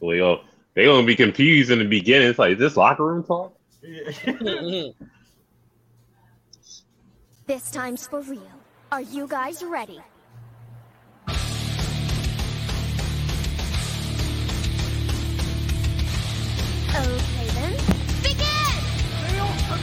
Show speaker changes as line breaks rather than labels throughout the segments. So they go, they gonna be confused in the beginning. It's like, is this locker room talk?
This time's for real. Are you guys ready? Okay then, begin!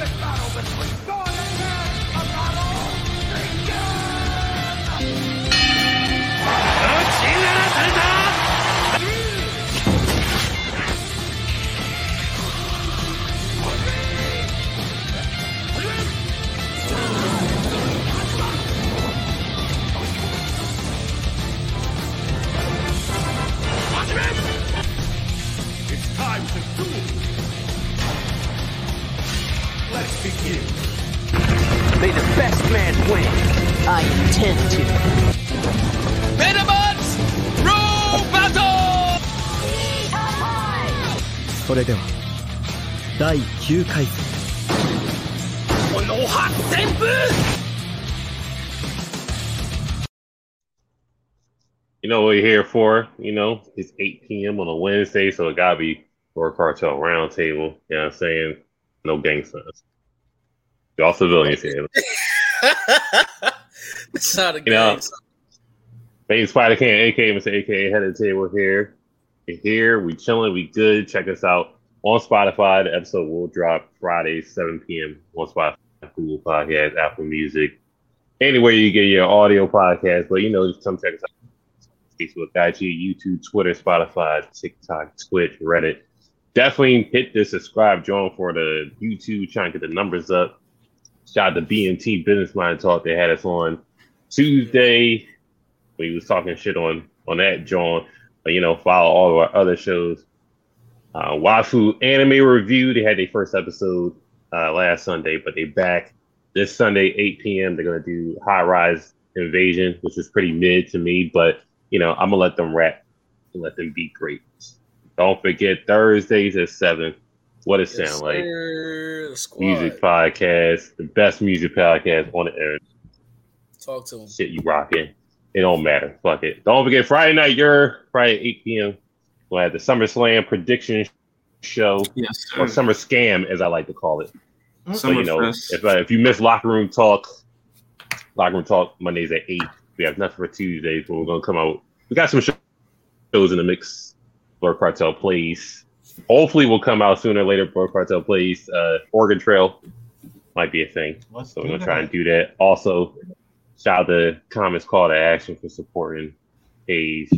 It's time to duel. Let's begin.
May the best man win. I intend to.
Metabots, rule battle!
それでは第9回戦
この発展部
You know what we're here for? You know, it's 8 p.m. on a Wednesday, so it gotta be for a cartel roundtable. You know what I'm saying? No gang signs. Y'all civilians here.
It's not a
You know,
game.
Thanks, Spider Can, aka Mr. AKA Head of the Table here. We're here, we chilling, we good. Check us out on Spotify. The episode will drop Friday, 7 p.m. on Spotify, Google Podcasts, Apple Music, anywhere you get your audio podcast. But you know, just come check us out. Facebook, IG, YouTube, Twitter, Spotify, TikTok, Twitch, Reddit. Definitely hit the subscribe, join for the YouTube, trying to get the numbers up. Shout out to BMT Business Mind Talk. They had us on Tuesday we was talking shit on on that John. But you know, follow all of our other shows. Uh, Wafu Anime Review. They had their first episode uh, last Sunday, but they back this Sunday, 8 p.m. They're gonna do High Rise Invasion, which is pretty mid to me, but you know, I'm gonna let them rap and let them be great. Don't forget Thursdays at seven. What it sound like?
Sir, the squad.
Music podcast, the best music podcast on the internet
Talk to him.
shit you rocking. It don't matter. Fuck it. Don't forget Friday night, your Friday 8 p.m. We'll have the SummerSlam prediction show
Yes, sir.
or Summer Scam, as I like to call it. So you know,
Summerfest.
if, uh, if you miss locker room talk, locker room talk Mondays at eight. We have nothing for Tuesdays, but we're gonna come out. We got some show- shows in the mix. Blur Cartel plays. Hopefully, we'll come out sooner or later. Blur Cartel plays. Uh, Oregon Trail might be a thing.
Let's
So we're gonna try and do that. Also, shout out to Comments Call to Action for supporting Age,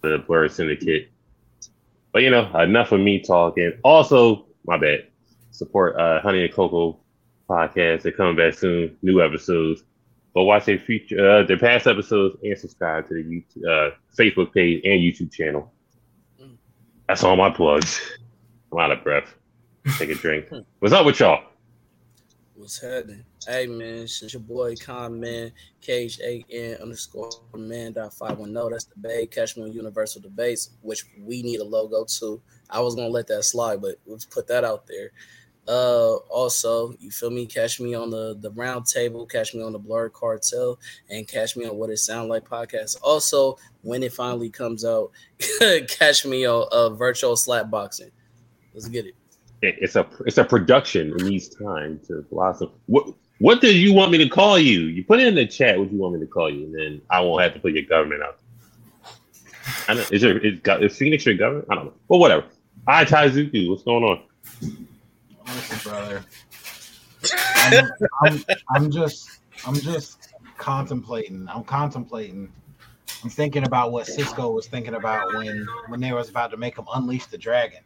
the Blur Syndicate. But you know, enough of me talking. Also, my bad. Support uh Honey and Cocoa podcast. They're coming back soon. New episodes. But watch their future uh, their past episodes and subscribe to the YouTube, uh, Facebook page and YouTube channel. That's all my plugs. I'm out of breath. Take a drink. What's up with y'all?
What's happening? Hey man, it's your boy Con Man, K H A N underscore man dot five one zero. That's the Bay Catch me on Universal Debates, which we need a logo too. I was gonna let that slide, but let's put that out there. Uh, also, you feel me? Catch me on the the round table, catch me on the Blur Cartel, and catch me on What It Sound Like podcast. Also, when it finally comes out, catch me on uh, Virtual Slap Boxing. Let's get it.
it- it's a it's a production. It needs time to blossom. What what do you want me to call you? You put it in the chat. What do you want me to call you? And then I won't have to put your government out. I know. Is your is, go- is Phoenix your government? I don't know. But whatever. Hi Taizuku, what's going on?
Honestly, brother. I'm, I'm, I'm just, I'm just contemplating. I'm contemplating. I'm thinking about what Cisco was thinking about when, when they was about to make him unleash the dragon.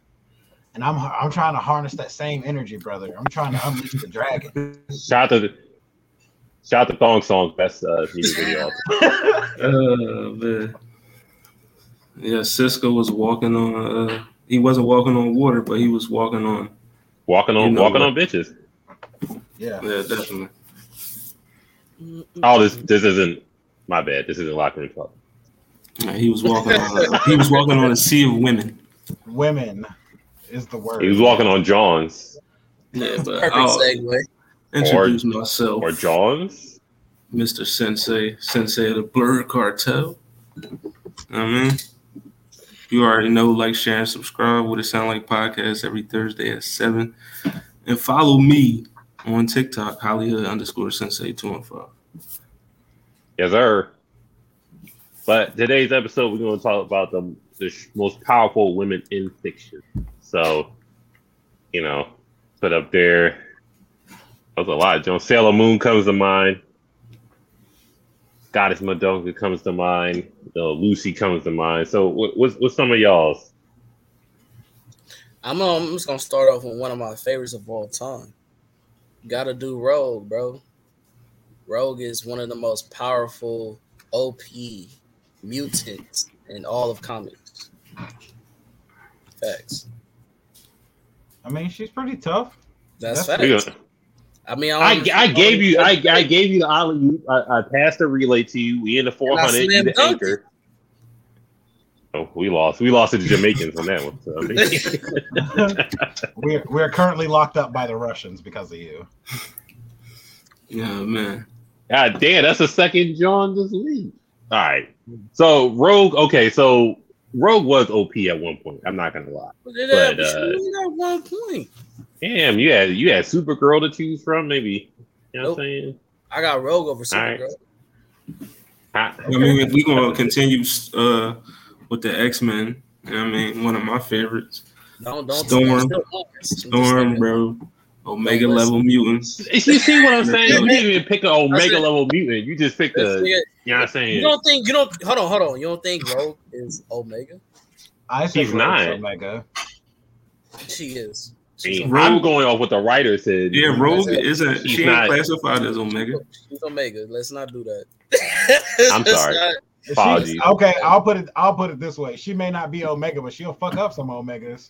And I'm, I'm trying to harness that same energy, brother. I'm trying to unleash the dragon.
Shout out to shout out to Thong Song's best uh, music video.
Uh, man. Yeah, Cisco was walking on. Uh, he wasn't walking on water, but he was walking on.
Walking on
You know
walking
what?
on bitches.
Yeah.
Yeah, definitely.
Oh, this this isn't my bad. This isn't locker room talk.
Yeah, he was walking on. he was walking on a sea of women.
Women is the word.
He was walking on Johns
Yeah, but
Perfect
I'll
segue.
introduce myself,
or Johns.
Mr. Sensei, Sensei of the Blur Cartel. I mean, You already know, like, share, and subscribe. What it sound like podcast every Thursday at seven, and follow me on TikTok, Hollywood underscore Sensei two and five.
Yes, sir. But today's episode, we're going to talk about the, the sh- most powerful women in fiction. So, you know, put up there. That was a lot. John Sailor Moon comes to mind. Goddess Madonka comes to mind. Uh, Lucy comes to mind. So, what, what's what's some of y'all's?
I'm, um, I'm just gonna start off with one of my favorites of all time. Gotta do Rogue, bro. Rogue is one of the most powerful OP mutants in all of comics. Facts.
I mean, she's pretty tough.
That's
That's
We
facts.
gonna-
I mean,
I,
don't-
I gave you I, I gave you the alley I, I passed the relay to you. We in the four hundred. You
slam
the
dunked
anchor. Oh, we lost. We lost to the Jamaicans on that one. So, I mean,
We're we're currently locked up by the Russians because of you.
Yeah, man.
God damn, that's the second John just leave. All right. So Rogue. Okay, so Rogue was OP at one point. I'm not gonna lie.
But, uh,
But, uh,
you got one point.
Damn, you had you had Supergirl to choose from. Maybe you know what
Nope.
I'm saying.
I got Rogue over
All right.
Supergirl.
I-
I mean, if we gonna continue uh, with the X Men, I mean, one of my favorites,
Don't don't
Storm.
don't- don't-
Storm, bro, Omega level mutants.
You see what I'm saying? You didn't even pick an Omega level mutant. You just picked
That's
a. You
it.
know what I'm saying?
You don't think you don't hold on, hold on. You don't think Rogue is Omega?
I said
She's
Rogue's
not.
Omega.
She is. She's,
Damn,
Omega.
I'm going off what the writer said.
Yeah, Rogue isn't
He's
she ain't
not-
classified as Omega.
She's Omega. Let's not do that.
I'm
Let's
sorry.
not-
She-
Apologies.
okay, I'll put it. I'll put it this way: she may not be Omega, but she'll fuck up some Omegas.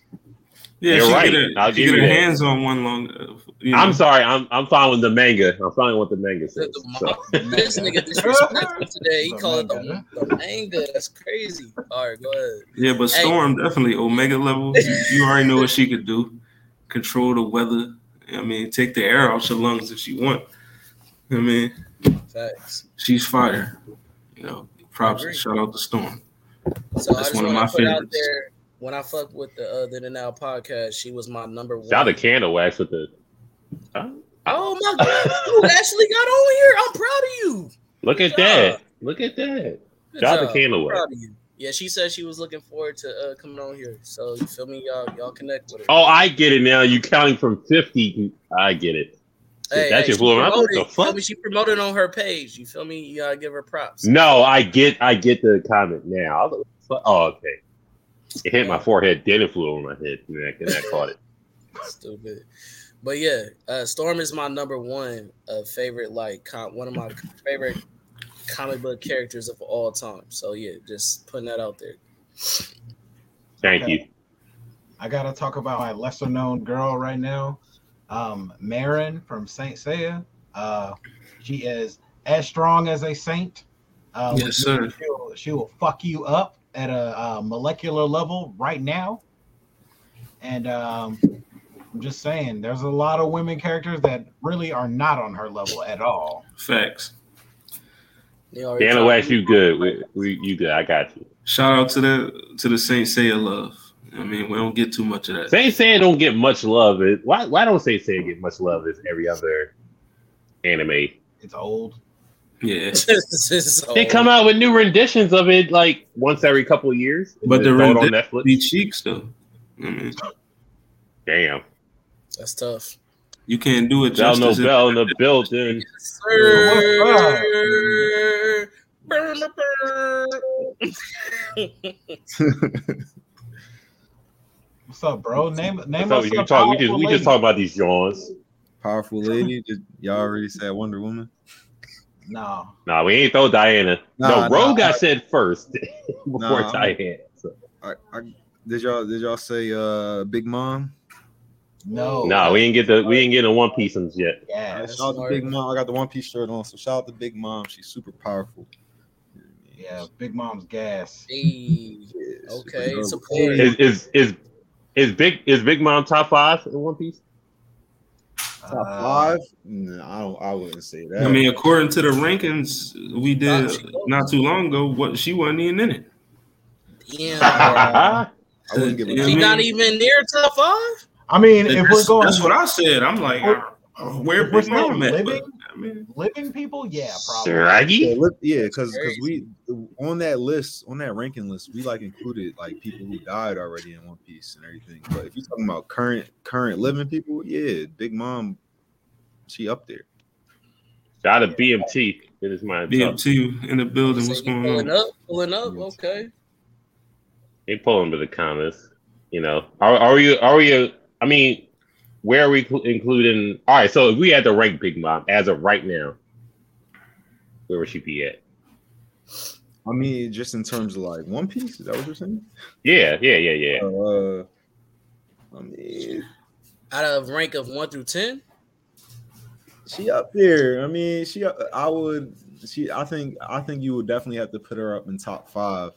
Yeah,
You're
she
right.
get her,
I'll give
she
you
get her
that.
hands on one long. uh, you know.
I'm sorry. I'm I'm fine with the manga. I'm fine with the manga. Says, so.
This nigga disrespectful today. He called it the, the manga. That's crazy. All right, go ahead.
Yeah, but
Hey.
Storm definitely Omega level. You, you already know what she could do. Control the weather. I mean, take the air out your lungs if she want. I mean,
Facts.
she's fire. You know, props
Agree.
and shout out to Storm.
So
That's
I just
one of
want
my
to put out
favorites.
there when I fuck with the uh, Then and Now podcast, she was my number one.
Shout out to Candle Wax with the.
Oh my god, you actually got on here. I'm proud of you.
Look at that. Look at that.
Good
Shout out to
job.
Candle
I'm
Wax.
proud of you. Yeah, she said she was looking forward to uh, coming on here. So you feel me, y'all? Y'all connect with her.
Oh, I get it now. You counting from fifty? I get it. that shit
she
blew her up. What
promoted,
the
you feel
fuck? Mm.
me? She promoted on her page. You feel me? You gotta give her props.
No, I get. I get the comment now. I was like, Oh, okay. It hit my forehead. Then it flew over my head. And I, and I caught it.
Stupid. But yeah, uh, Storm is my number one uh, favorite, like com- one of my favorite comic book characters of all time. So yeah, just putting that out there.
Thank you.
I gotta talk about my lesser known girl right now, um, Marin from Saint Seiya. Uh, she is as strong as a saint. Uh,
Yes,
which
sir.
means She'll, she will fuck you up at a, uh molecular level right now. And um, I'm just saying, there's a lot of women characters that really are not on her level at all.
Facts.
You already
Candle
told
Wax,
me.
you good? We, we, you good? I got you.
Shout out to the to the Saint Seiya love. I mean, we don't get too much of that.
Saint Seiya don't get much love. It- Why? Why don't Saint Seiya get much love as every other anime?
It's old.
Yeah.
So-
They
Oh.
come out with new renditions of it like once every couple years.
But
They
the
throw it on
rendi-
Netflix.
Be cheeks though. I mean,
Damn,
That's tough.
you can't do it
Bell no
justice. if-
Bell in the building.
Sir. Burr, burr, burr.
What's up, bro? Name name
That's how
us
we
a
talk. We just
powerful
we just
lady.
talk about these yawns.
Powerful lady. Did y'all already said Wonder Woman?
No,
Nah, we ain't throw Diana. no,
Nah,
Rogue
nah.
got said first before
Nah, I'm-
Diana. So.
I, I did y'all did y'all say uh Big Mom?
no,
No, we ain't get the we ain't get the One Piece ones yet.
I
Yeah,
shout out to Big Mom. I got the One Piece shirt on, so shout out to Big Mom. She's super powerful.
yeah. Big Mom's gas.
Hey,
Yeah,
Okay,
Supergirl.
support.
Is is is is big is Big Mom top five in One Piece?
Top
Uh,
five? No, I don't. I wouldn't say that.
I mean, according to the rankings we did
Nah, she-
not too long ago, what she wasn't even in it.
in.
Uh,
I wouldn't give a
Yeah,
She
I mean-
not even near top five.
I mean, if we're
That's,
going
that's what I said. I'm like,
If-
uh, where
if we're
Big Mom
saying
at?
living-
but, I mean,
living people, yeah, probably.
Yeah,
Siragi?
let- yeah, because we on that list, on that ranking list, we like included like people who died already in One Piece and everything. But if you're talking about current current living people, yeah, Big Mom, she up there.
Got a BMT. It is my top.
BMT in the building. What's
So you
going
pulling
on?
up, pulling up. Okay.
They pull into the comments. You know, are, are we? Are we? I mean, where are we cl- including? All right, so if we had to rank Big Mom as of right now, where would she be at?
I mean, just in terms of like One Piece, is that what you're saying?
Yeah, yeah, yeah, yeah.
Uh, I mean,
Out of rank of one through ten.
she up there. I mean, she. up- I would. She. I think. I think you would definitely have to put her up in top five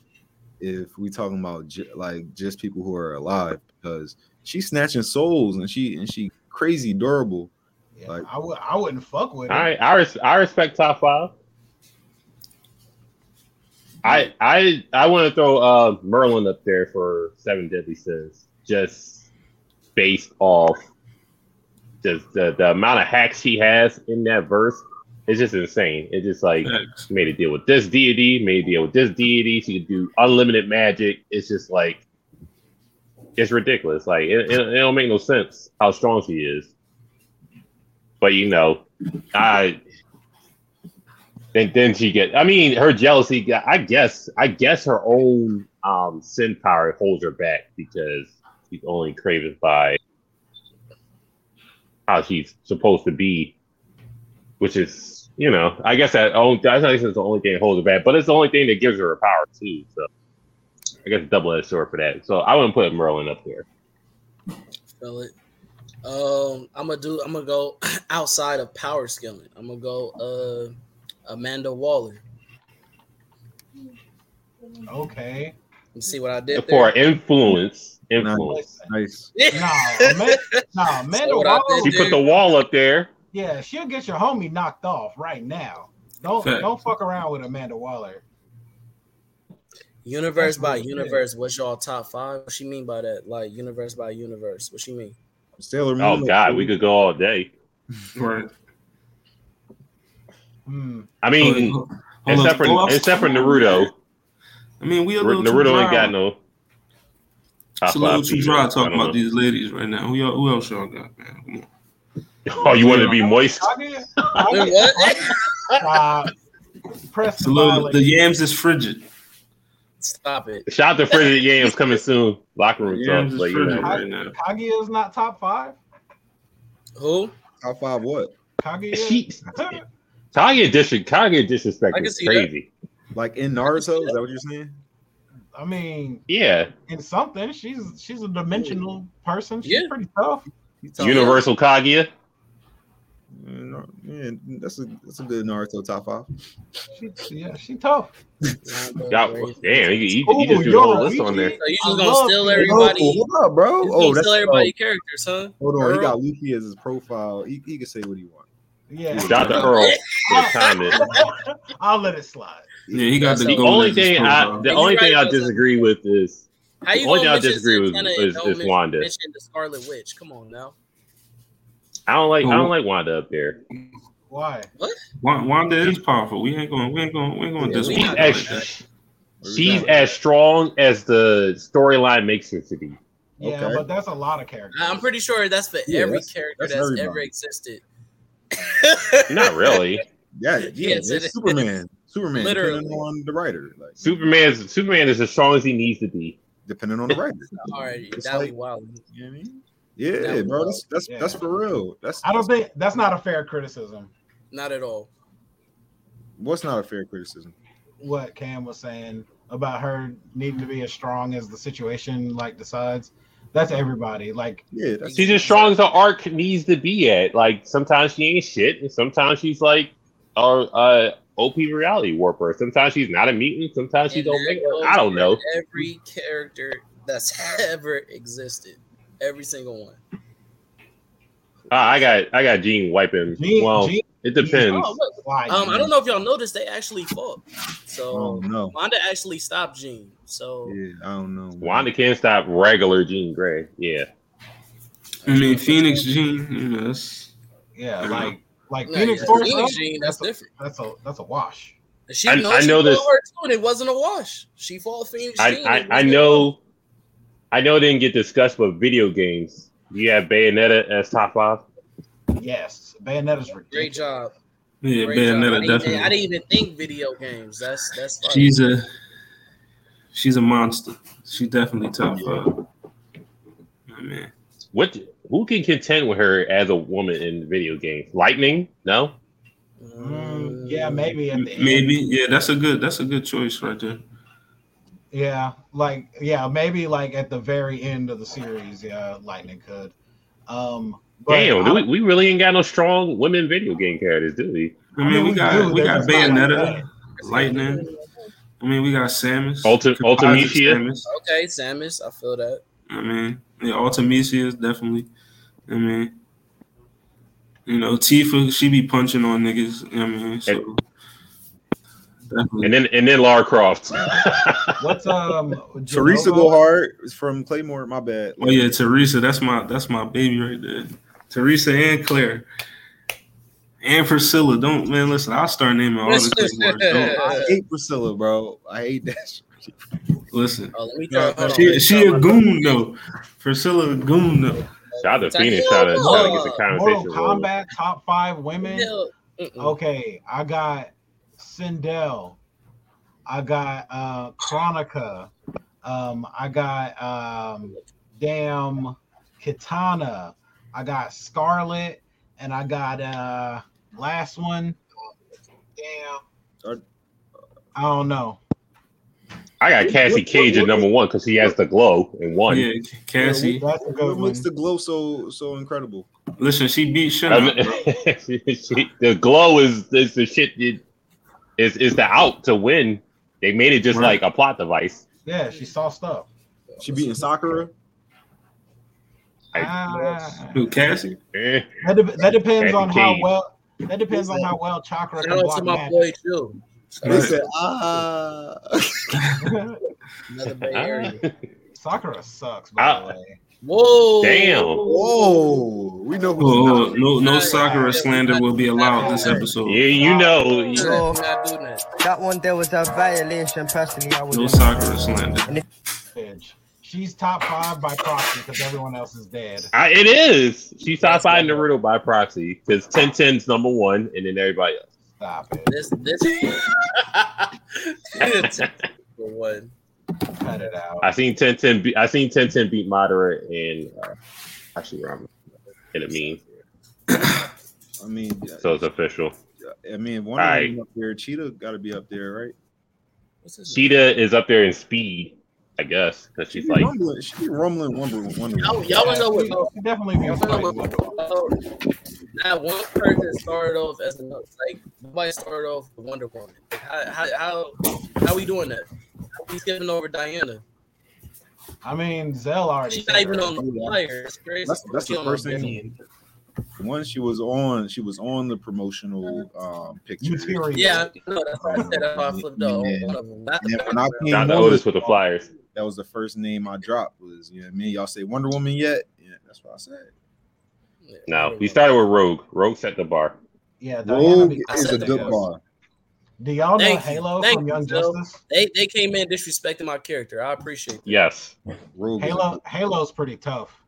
if we talking about ju- like just people who are alive because she's snatching souls and she and she crazy durable.
Yeah,
Like-
I would. I wouldn't fuck with it.
I I, res- I respect top five. I I I want to throw uh, Merlin up there for Seven Deadly Sins, just based off just the, the amount of hacks she has in that verse. It's just insane. It's just like
Facts.
made a deal with this deity, made a deal with this deity. She could do unlimited magic. It's just like it's ridiculous. Like it, it, it don't make no sense how strong she is. But you know, I then then she get. I mean, her jealousy. got- I guess. I guess her own um sin power holds her back because she's only craving by how she's supposed to be, which is you know. I guess that own. That's not it's the only thing that holds her back, but it's the only thing that gives her her power too. So I guess double edged sword for that. So I wouldn't put Merlin up there.
Feel it. Um, I'm gonna do. I'm gonna go outside of power skilling. I'm gonna go. Uh, Amanda Waller.
Okay.
You see what I did
For
there?
influence, influence.
Listen.
Nice.
Nah, man, nah, man.
what I
She
did
put the wall up there.
Yeah, she'll get your homie knocked off right now. Don't
Fact.
don't fuck around with Amanda Waller.
Universe by
That's what it is.
universe. What's y'all top five? What she mean by that? Like universe by universe. What she mean?
Sailor Moon.
Oh God, we could go all day.
Right.
Hmm.
I mean,
Hold on.
except for
Go off-
except for
come on,
Naruto,
man. I mean, we a little too
Naruto ain't
dry.
got no. Ah,
It's a little too
people.
dry
I
talking
don't
about
know.
these ladies right now. Who, y'all, who else y'all got, man? Come on.
Oh, you want to be moist?
I did. I did.
What?
Uh, press
It's
the
a little,
violin.
the yams is frigid.
Stop it.
Shout out to Frigid Yams coming soon. Locker room
Yeah,
talk.
just
Like, you
frigid.
know.
right now.
Kaguya's not top five.
Who?
top five. What?
Kaguya.
She, Kaguya dis- Kaguya disrespect
I can
is
see that.
crazy.
Like in Naruto? Is that what you're saying?
I mean,
Yeah,
in something, she's she's a dimensional person. She's
Yeah.
pretty tough.
You talking-
Universal Kaguya.
Yeah, Nar- yeah, that's a that's a good Naruto top five.
She, yeah, she tough.
Y'all, damn, you, you,
Oh,
you just
Ooh,
do the whole
yo,
list on there.
So you
I
just gonna
love
steal
it.
everybody?
Oh,
You
hold up, bro.
just
Oh,
gonna
that's
steal
oh,
everybody characters, huh?
hold on. He
Earl.
got Luffy as his profile. He, he can say what he wants.
Yeah.
Shout out to Earl for the comment.
I'll let it slide.
Yeah, he got the,
The
gold
only
as his
thing I,
profile.
the
You
only
right
thing I
about that.
disagree with is
How
The
you
only
gonna
thing I
mention
disagree with
Santana
is-
and don't
is
mention-
Wanda.
Mention the Scarlet Witch. Come on now.
I don't like I
Oh.
don't like Wanda up there.
Why?
Wa- Wanda is powerful. We ain't going. We ain't going. We ain't going
Yeah,
to
we
She's
this
not
one.
doing
Like that.
as, she's as strong as the storyline makes her to be.
Yeah,
Okay.
but that's a lot of characters.
I'm pretty sure that's for
Yeah,
every
that's-
character
that's
that's, ever
everybody.
existed.
Not really.
Yeah, yeah,
Yes, it
it's
is.
Superman. Superman,
Literally.
depending on the writer. Like
Superman's Superman is as strong as he needs to be.
depending on the writer.
All right,
It's
that
like-
was wild.
You know what I mean?
That
Yeah,
was
bro. That's that's,
Yeah.
that's for real. That's
I don't think that's not a fair criticism.
Not at all.
what's not a fair criticism.
What Cam was saying about her needing to be as strong as the situation like decides. That's everybody. Like
Yeah, that's
She's as strong as the arc needs to be at. Like sometimes she ain't shit, and sometimes she's like a uh, OP reality warper. Sometimes she's not a mutant. Sometimes she
And
don't
that
make.
goes
I don't
for
know.
Every character that's ever existed, every single one.
Ah, I got I got Gene wiping.
Gene-
well,
Gene-
it depends.
Oh, look.
Why?
Um, I don't know if y'all noticed they actually fought.
Oh
So
no.
Wanda actually stopped Jean. So
Yeah, I don't know. man.
Wanda can't stop regular Jean Grey. Yeah,
I mean, Phoenix Gene, you know, that's
Yeah, like like
No,
Phoenix
yeah,
Force.
Phoenix Jean, that's different.
That's a that's a wash.
And She
I-
knows
I
she
know
fought
this-
her too, and it wasn't a wash. She fought Phoenix Jean.
I,
and
I, I
it
know, I know. It didn't get discussed, but video games. You have Bayonetta as top five.
Yes, Bayonetta's ridiculous.
wasn't a Great job.
yeah,
Great job. I,
Bayonetta
didn't even, I
definitely.
didn't even think video games. That's that's fire.
She's a she's a monster. She definitely top five. I mean,
What? Who can contend with her as a woman in video games? Lightning? No.
Mm, yeah, maybe at the end.
maybe yeah, that's a good that's a good choice right there.
Yeah, like yeah, maybe like at the very end of the series, yeah, Lightning could. Um but
Damn,
I-
do we, we really ain't got no strong women video game characters, do we?
I mean, we got
do,
we got
they're just not like
Bayonetta,
that.
Lightning. I mean, we got Samus,
Ulti-
Composite
Ultimisia.
Samus.
Okay, Samus, I feel that.
I mean, yeah, Ultimisia is definitely. I mean, you know, Tifa, she be punching on niggas. I mean, so definitely.
And then and then Lara Croft.
What's um
Teresa
Genova?
go hard from Claymore. My bad.
oh yeah, Teresa, that's my that's my baby right there. Teresa and Claire. And Priscilla, don't man listen. I'll start naming all the Claymores. Don't
I hate Priscilla, bro. I hate that. shit.
listen.
Oh, let me
No,
throw, hold
She,
on.
she a goon though. Priscilla a goon though.
Shout out to Phoenix trying to, trying to get the
Mortal
conversation rolling.
Kombat top five women.
No, mm-mm.
Okay, I got Sindel. I got uh Chronica. Um, I got um damn Kitana. I got Scarlet, and I got uh last one. Damn.
Are-
I don't know.
I got Cassie Cage at number one because he has the glow and one.
Yeah, Cassie.
That's a good
What
one.
makes the glow so so incredible?
Listen, she beat
I
Shana.
mean, she- the glow is is the shit. It, is is the out to win? They made it just like
Right.
a plot device.
Yeah, she saw stuff.
She beating Sakura.
Like,
Ah,
Who Cassie?
eh.
that, de- that depends on how
Cage.
well. That depends on how well chakra
shout
can
out to
block
my
magic.
boy too. Shout
They
out
Right.
said ah.
to Another Bay Area.
Sakura sucks, by the
Ah.
way.
Whoa!
Damn.
Whoa, we know who's
Oh,
not.
no, no Sakura slander will be allowed this episode.
Yeah, you know.
Let's
No.
Not do that.
That one there was a violation. Personally, I would.
No Sakura slander.
Bitch. She's top five by proxy because everyone else is dead.
I, it is. She top five Naruto by proxy because 1010's number one, and then everybody else.
Stop it.
This this It's a one.
Cut it out.
I seen 1010. Be, I seen 1010 beat Moderate and uh, actually Ramen in a meme,
I mean,
so it's official.
I mean, one
Alright.
of them up there. Cheetah got to be up there, right?
What's his name?
Cheetah is up there in speed, I guess, because she's
She
like
rumbling. She be rumbling. Wonder Wonder.
Y'all, y'all wanna know
She-
what?
she definitely be
Y'all
fighting
wanna know
with
what? That one person started off as a like nobody started off with Wonder Woman. How how how, how we doing that? We skipping over Diana.
I mean, Zell already.
She's
said
not even
her.
on the flyer. It's crazy.
That's that's
She
the
on no
first
Disney.
thing. Once she was on, she was on the promotional um, picture.
Material.
Yeah, no, that's what I said. That's why I flipped out on
Yeah.
one of them. Not
And
the
then when I came
John
on,
Otis with the Flyers.
that was the first name I dropped. Was you know what I mean? Y'all say Wonder Woman yet? Yeah, that's what I said.
No, we started with Rogue. Rogue set the bar.
Yeah, Diana
Rogue
be
is a
fighting
good
with us.
bar.
Do y'all know
Thank you.
Halo
Thank
from
you,
Young
Zell.
Justice?
They they came in disrespecting my character. I appreciate it.
Yes.
Rogue. is a
Halo, Halo's pretty tough.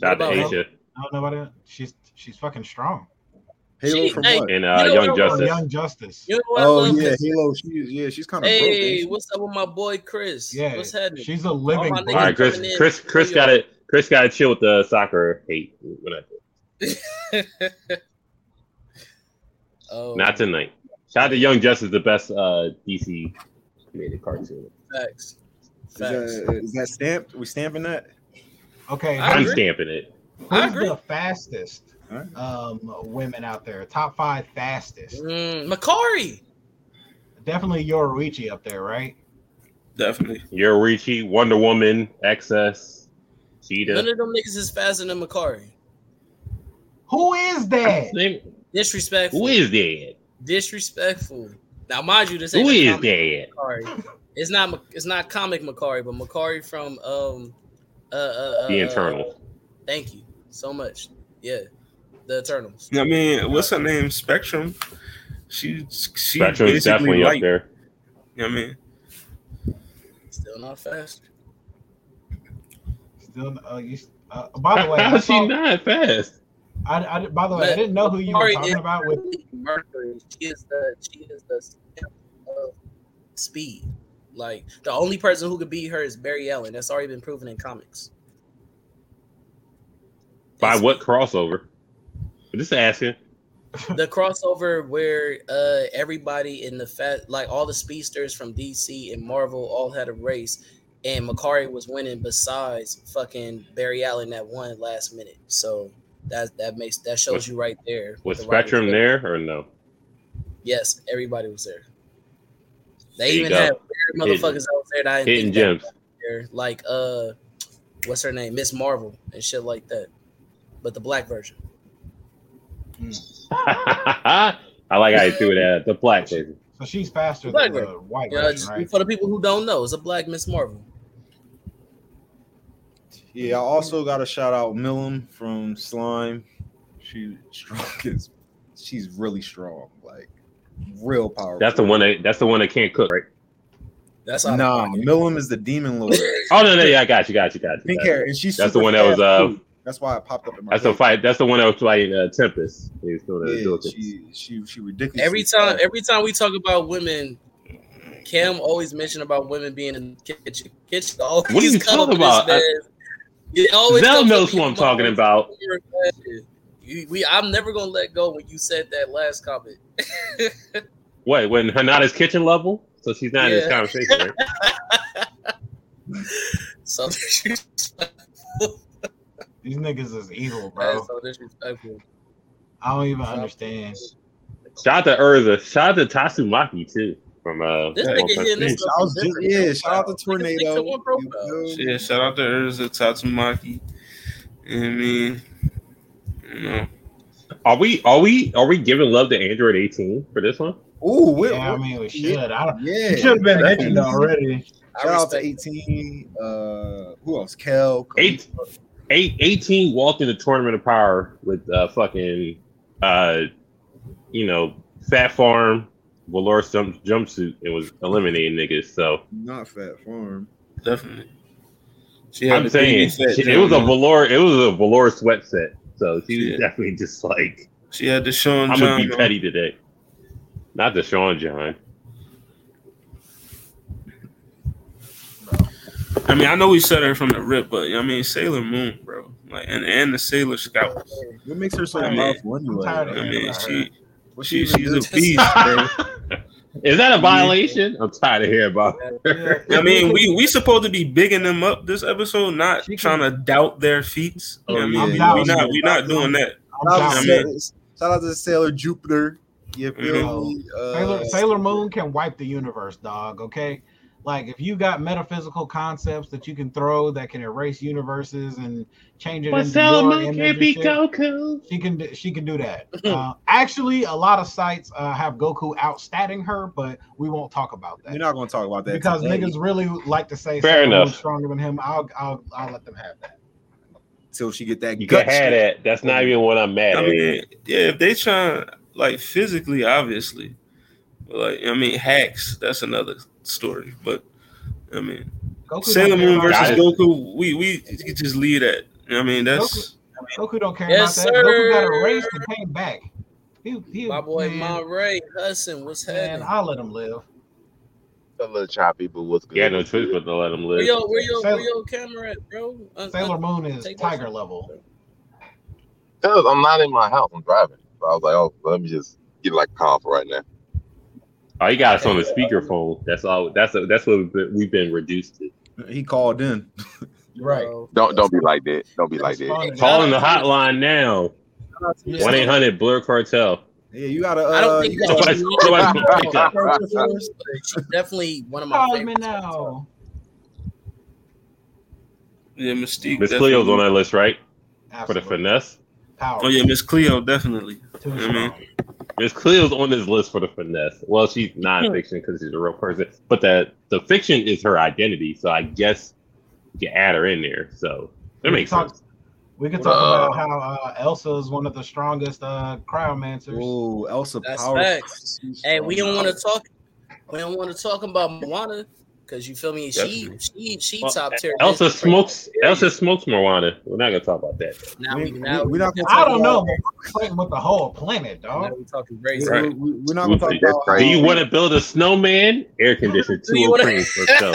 Shout out to
What about
Asia
I don't know about it. She's she's fucking strong.
Halo
She-
from
hey,
what?
and uh, Young
You know, you know,
From
Justice.
Young Justice.
You know what? I
Oh
love
yeah,
this?
Halo. She yeah, she's kind of
Hey,
broke.
what's up with my boy Chris?
Yeah,
what's happening?
she's a living.
my
book.
All
niggas
right, Chris.
coming in.
Chris. Chris got it. Chris got to chill with the soccer hate. When I,
oh,
not tonight. Shout out to Young Justice, the best uh, DC animated cartoon.
facts.
Is
Facts.
that, is that stamped? We stamping that?
Okay,
I
I'm
agree.
stamping it.
I
who's
agree.
the fastest
Alright.
um, women out there? Top five fastest.
Mm, Macari.
Definitely Yoruichi up there, right?
Definitely.
Yorichi, Wonder Woman, Excess.
None
Cheetah.
of them niggas is faster than Makari.
Who is that?
Name-
Disrespectful.
Who is that?
disrespectful? Now, mind you, this ain't
Who
no
is
comic
that?
Makari. It's not. Ma- It's not comic Makari, but Makari from um, uh, uh, uh
The
uh,
internal.
Thank you so much. Yeah, the Eternals.
I mean, what's her name? Spectrum. She she
Spectrum's
basically
definitely up
light.
there.
You know what I mean,
Still not fast.
Still, uh, you, uh, by the way, I,
How's she
saw,
not fast?
I, I- by the way, I didn't know who you were
Sorry,
talking
it-
about with
Mercury. She is the. She is the stamp of speed. Like the only person who could beat her is Barry Allen. That's already been proven in comics.
By
It's-
what crossover? I'm just asking.
the crossover where uh everybody in the fat like all the speedsters from DC and Marvel all had a race and Makari was winning besides fucking Barry Allen that won last minute. So that that makes that shows
Was-
you right there.
Was
the writers
Spectrum
were.
there or no?
Yes, everybody was there. They
There you
even
go.
had weird motherfuckers out there that I
Hidden
didn't think that
gems.
were there, like uh what's her name? Miss Marvel and shit like that. But the black version.
I like how you threw that. The black person.
So she's faster
Black
than the white
You know,
version,
just-
right?
for the people who don't know, it's a black Miss Marvel.
Yeah, I also got to shout out Millum from Slime. She's strong. As, she's really strong, like real powerful.
That's the one that that's the one that can't cook, right?
That's how
Nah, Millum is the demon lord.
Oh no, no, yeah, I got you, got you, got you.
Pink
Got you.
hair, and she's
That's the
super
one that was,
fast,
uh,
too. That's why it popped up in my.
That's the
head.
fight. That's the one that was fighting uh, Tempest. He was doing the
Yeah,
doing the-
she she she ridiculous.
every time every time we talk about women cam always mentioned about women being in the kitchen kitchen always
What are you
come up
talking
with this
about? I-
man. It always
Zell
comes up
knows
with
who I'm
this
talking
man.
about.
You- we i'm never gonna let go when you said that last comment
What? When Hanada's kitchen level? So she's not in this
Yeah.
conversation, right?
so disrespectful.
These niggas is evil,
Man,
bro.
so disrespectful.
I don't even understand.
Shout out to Urza. Shout out to Tatsumaki too. From uh,
This
One
nigga
Punch
here, this
Man.
stuff
I was
is
just,
different.
yeah, shout out to
Niggas stick to
Tornado.
one profile.
You
yeah.
know?
Shout out to Urza Tatsumaki. You know what I mean, you know,
Are we are we are we giving love to Android 18 for this one?
Ooh, we-
Yeah, I mean, we should. I don't.
yeah.
It should have been
Thank
mentioned
you.
already.
I
Shout out to E
respect-
18. Uh, who else? Kel.
Eight, eight, 18 walked in the tournament of power with uh, fucking uh, you know, Fat Farm, Valor jump, jumpsuit, and was eliminating niggas. So
Not Fat Farm.
definitely. She had
I'm
the
saying
baby fat
she- it was a
John.
Valor, it was a Valor sweat set. So she was
Yeah.
definitely just like,
She had the Sean
I'm
John.
gonna be petty today. Not the Sean John.
I mean, I know we said her from the rip, but you know what I mean, Sailor Moon, bro. Like, and and the Sailor Scouts.
What makes her so
I mean,
powerful
tired
I
of
anyway?
it.
mean, she
What
she
even
she's
do?
a beast, bro.
Is that a violation? I'm tired of hearing about her.
I mean, we we supposed to be bigging them up this episode, not
She
trying to doubt their feats. You know what I
Oh,
mean, we,
yeah.
we not we not doing that.
I'm
Shout
down.
out,
I
to
mean-
Sailor- shout out to Sailor Jupiter. You
Mm-hmm.
feel
Mhm.
me? Uh,
Sailor, Sailor Moon can wipe the universe, dog. Okay, like if you got metaphysical concepts that you can throw that can erase universes and change it
But
into
Sailor
your
Moon
image
can't
and
be
shit,
Goku.
She can do- she can do that. Uh, actually, a lot of sites uh, have Goku outstatting her, but we won't talk about
We're
that
not gonna talk about that
because
today,
niggas really like to say
Fair
Sailor Moon's
enough.
stronger than him. I'll, I'll I'll let them have that.
till she get that
You
gut
can have
shit.
that. That's not even what I'm mad
I
at.
mean, yeah, if they trying like physically, obviously, but like I mean, hacks. That's another story. But I mean,
Goku
Sailor
don't care
Moon
about
versus
Got it.
that.
Goku, we we you just leave that. You know what I mean, that's
Goku don't care
Yes,
about that. Goku got
sir.
erased and came back. He, he,
my boy
man,
Monterey Hudson, what's
man,
happening?
I'll let him live.
A little choppy, but what's good?
Yeah, no choice but to let him
Where
live.
your where your
Sailor-
where your camera at, bro? Uh, Un-
Sailor
un-
Moon is
Take that
tiger
shit.
level.
Cause I'm not in my house. I'm driving. So I was like, oh, let me just get like calm for right now.
Oh, you got us on the speakerphone. That's all. That's that's what we've been, we've been reduced to.
He called in.
Right.
Bro.
Don't don't be like that. Don't be like that.
Responded.
Calling the hotline now.
Yeah.
One eight hundred Blur Cartel.
Yeah, you gotta. Uh,
I don't think
you
that's
gotta-
Somebody, somebody pick up.
She's definitely one of my
Call me
favorites.
now.
Yeah, Mystique.
Miss
definitely.
Cleo's on that list, right? For the
Absolutely.
finesse.
Power.
Oh yeah, Mm-hmm. Miss Cleo definitely.
Too
I
strong.
mean,
Miss Cleo's on this list for the finesse. Well, she's
Hmm.
nonfiction because she's a real person, but that the fiction is her identity. So I guess you can add her in there. So that
We
makes
talk-
sense.
We could
Uh,
talk about how uh, Elsa is one of the strongest uh, cryomancers.
Whoa, Elsa
That's
Power.
facts. Hey, we don't want to talk. We don't want to talk about Moana because you feel me. She she she
Well,
top tier.
Elsa smokes. Elsa smokes Moana. We're not gonna talk about that.
Now
We-
we now
we- we
we
not gonna
I
talk
don't know.
about-
We're Fighting with the whole planet,
now
dog.
we talking
We,
crazy.
Right.
we, we're not gonna talk
That's
about.
right.
Do you want to build a snowman? Air conditioned
Do you
two
wanna-
cream. Let's go.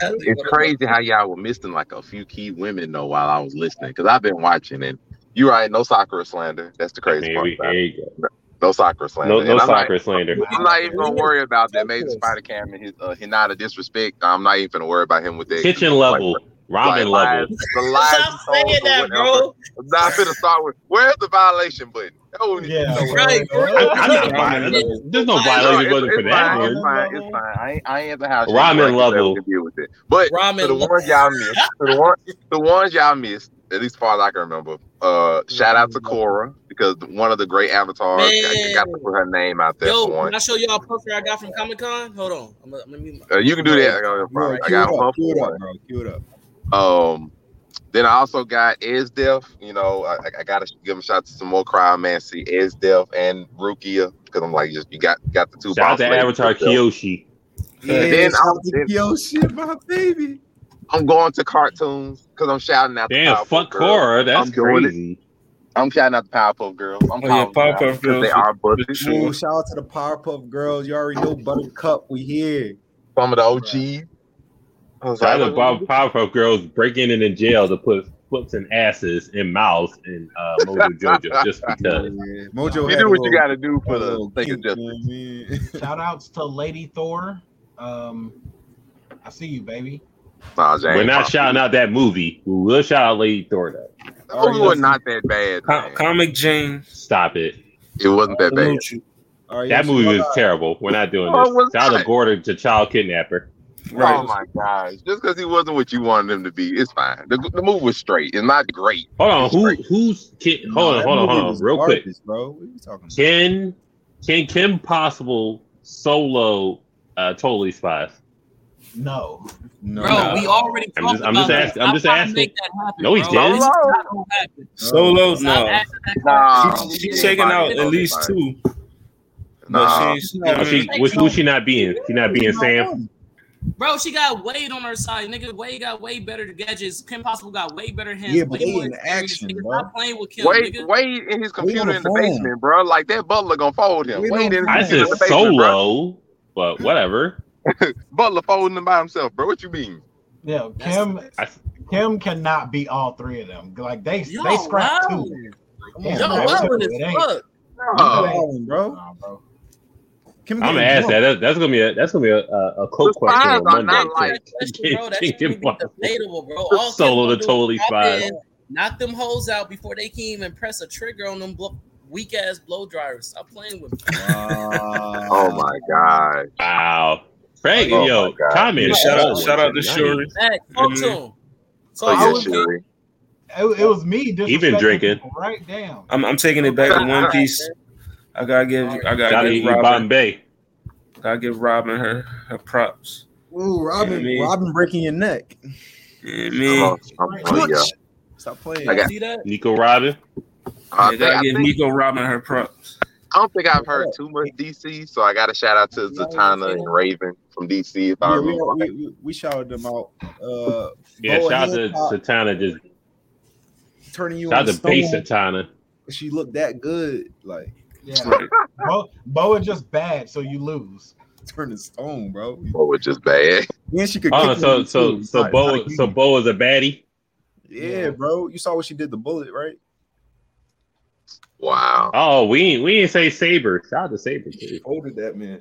It's crazy how y'all were missing like a few key women though while I was listening because I've been watching and you right, no soccer slander. That's the crazy
There
part.
we-
about
there
it.
you
No soccer
go.
slander.
No, no
And I'm not-
soccer slander.
I'm not even gonna worry about that amazing Spider Cam and his uh, Hinata disrespect. I'm not even gonna worry about him with that
Kitchen level, ramen level.
lies- the lies he
Stop
told
saying
or
that,
whatever.
bro.
I'm not gonna start with where's the violation button. Oh, That one is-
Yeah,
Right,
I,
right.
I'm not violating. There's no violation button
it's,
for
it's
that
fine,
one.
It's fine. It's fine. I ain't, I ain't at the house.
Ramen
You're right, 'cause
level.
I can deal with it. But
Ramen
to the ones y'all missed, to the, one, the ones y'all missed, at least far as I can remember. Uh, shout out to Cora because one of the great avatars. I got to
Man.
put her name out there
Yo,
for one.
can I show y'all a poster I got from Comic Con? Hold on. I'm gonna, I'm gonna mute my-
Uh, you can do that. I got no
Bro,
problem. I
cue
got
it
one
up, cue
for
it
one.
up, bro. Cue it up.
Um, then I also got Ez Def. You know, I, I- I gotta give him a shout to some more cryomancy, Ez Def and Rukia, because I'm like, just you got got the two.
Shout out
boss
to
ladies.
Avatar Kyoshi.
Yeah,
Then
shout
I'll-
out to Yo, shit, my baby.
I'm going to cartoons because I'm shouting out. the
Damn,
Powerpuff
fuck
Girls.
Cora. That's
I'm doing it.
crazy.
I'm shouting out the Powerpuff Girls. I'm
Oh, yeah,
calling them out
Powerpuff
'cause
Girls.
They are busted.
Whoa, shout out to the Powerpuff Girls. You already know Buttercup. We here.
Some of the OGs. I was
Shout
like,
out to Bob Powerpuff Girls breaking in in jail to put flips and asses in mouths in uh, Mojo Jojo just
Yeah,
because.
Mojo.
You
had a
do what
little-
you gotta do for
a
the
Oh,
Oh,
little
sake
kink,
of justice.
you know what I mean?
Shout outs to Lady Thor. Um, I see you, baby.
Nah, James,
We're not
my-
shouting out that movie. We will shout out Lady Thor though.
That
Oh,
movie was not that bad.
Com-
man.
Comic Jane.
Oh.
Stop it.
It wasn't that bad.
Salute you.
All right,
That
y'all
movie
shout
was
out-
terrible. We're not doing
No, it was
this. Shout out to
not.
Gorder to child kidnapper.
Right.
Oh my gosh! Just because he wasn't what you wanted him to be, it's fine. The, the movie was straight. It's not great.
Hold on, who
Right.
who's kid, hold
Nah,
on,
that
hold on, hold
movie
on,
was
real quick.
garbage, bro. What are you talking about?
Can can Kim Possible solo uh totally spies?
No,
No,
Bro,
Nah.
we already talked
I'm just- I'm
about
just ask-
this.
I'm just
trying to
asking.
Make that happen,
No, he
bro.
didn't.
This is not gonna happen.
Solo,
Stop
no.
asking that
Nah.
question.
She-
She's
Yeah,
taking
Bobby
out at
Bones,
least
like-
two.
Nah.
But she's
Nah.
Oh, she, which, who she not being? She not being Sam.
Bro, she got Wade on her side. Nigga, Wade got way better to gadgets. Kim Possible got way better hands.
Yeah, but
way
they
more
in
experience,
action,
nigga.
bro.
Stop playing with Kim,
Wade,
nigga.
Wade in his
on
computer
the
in the
phone.
basement, bro. Like that butler gonna fold him.
We
Wade
don't-
in his
I
computer
said
in the basement, bro.
solo, but whatever.
Butler folding him by himself, bro. What you mean?
yeah,
That's-
Kim.
I,
Kim cannot be all three of them. Like they,
Yo,
they scrapped
wow.
two. Like,
Yo,
damn,
Yo,
bro,
wow,
wildin'
it
as
ain't-
fuck.
Oh.
No.
bro.
Nah, bro.
Kim
I'm gonna
getting
ask
drunk.
that. that. That's gonna be a that's gonna be a a, a
The
coke question
spies
on
are
Monday.
not like
That question, bro, that
Kim
shouldn't even be
Possible.
debatable, bro.
The
All
solo to
Kim gonna do is
totally
pop
spies.
in, Knock them hoes out before they can even press a trigger on them weak ass blow dryers. Stop playing with me.
Wow.
Oh my god.
Wow. Frank,
Oh,
yo,
my God.
comment.
Yeah,
is
shout out,
forward
shout out to
tonight.
Shuri.
Hey, talk to him.
Mhm.
Oh
Talk
I
yeah,
to
was-
him.
Sherry.
It, it was me.
He been
disrespecting
drinking.
people, Right, damn.
I'm, I'm taking it back in one piece. I gotta give I
Shout out
gotta
to
give
E.
Robin
Bombay.
gotta give Robin her her props.
Ooh,
You know what I
Robin,
mean?
Robin breaking your neck.
You
I'm
know what
on- I'm on, yeah.
Stop playing.
I got-
See that?
Nico Robin.
I
I mean?
think-
Yeah,
I
gotta give
think-
Nico Robin her props.
I don't think I've heard too much DC, so I got to shout out to Zatanna and Raven from DC. If I
Yeah, we,
remember,
we, we, we shouted them out. Uh,
Yeah,
Boa
shout out to
Hancock
Satana. Just
turning you
shout out
into
to base
stone.
Satana.
She looked that good, like
Yeah,
Right.
Bo, Boa just bad, so you lose.
turn to stone, bro.
what was just bad.
Then she could.
Oh,
kick
so
you,
so
too.
so
Not- not a
Bo
game.
so Bo is a baddie.
yeah, bro. You saw what she did the bullet, right?
Wow.
Oh, we ain't we ain't say Saber. Shout out to Saber. too.
Folded that man.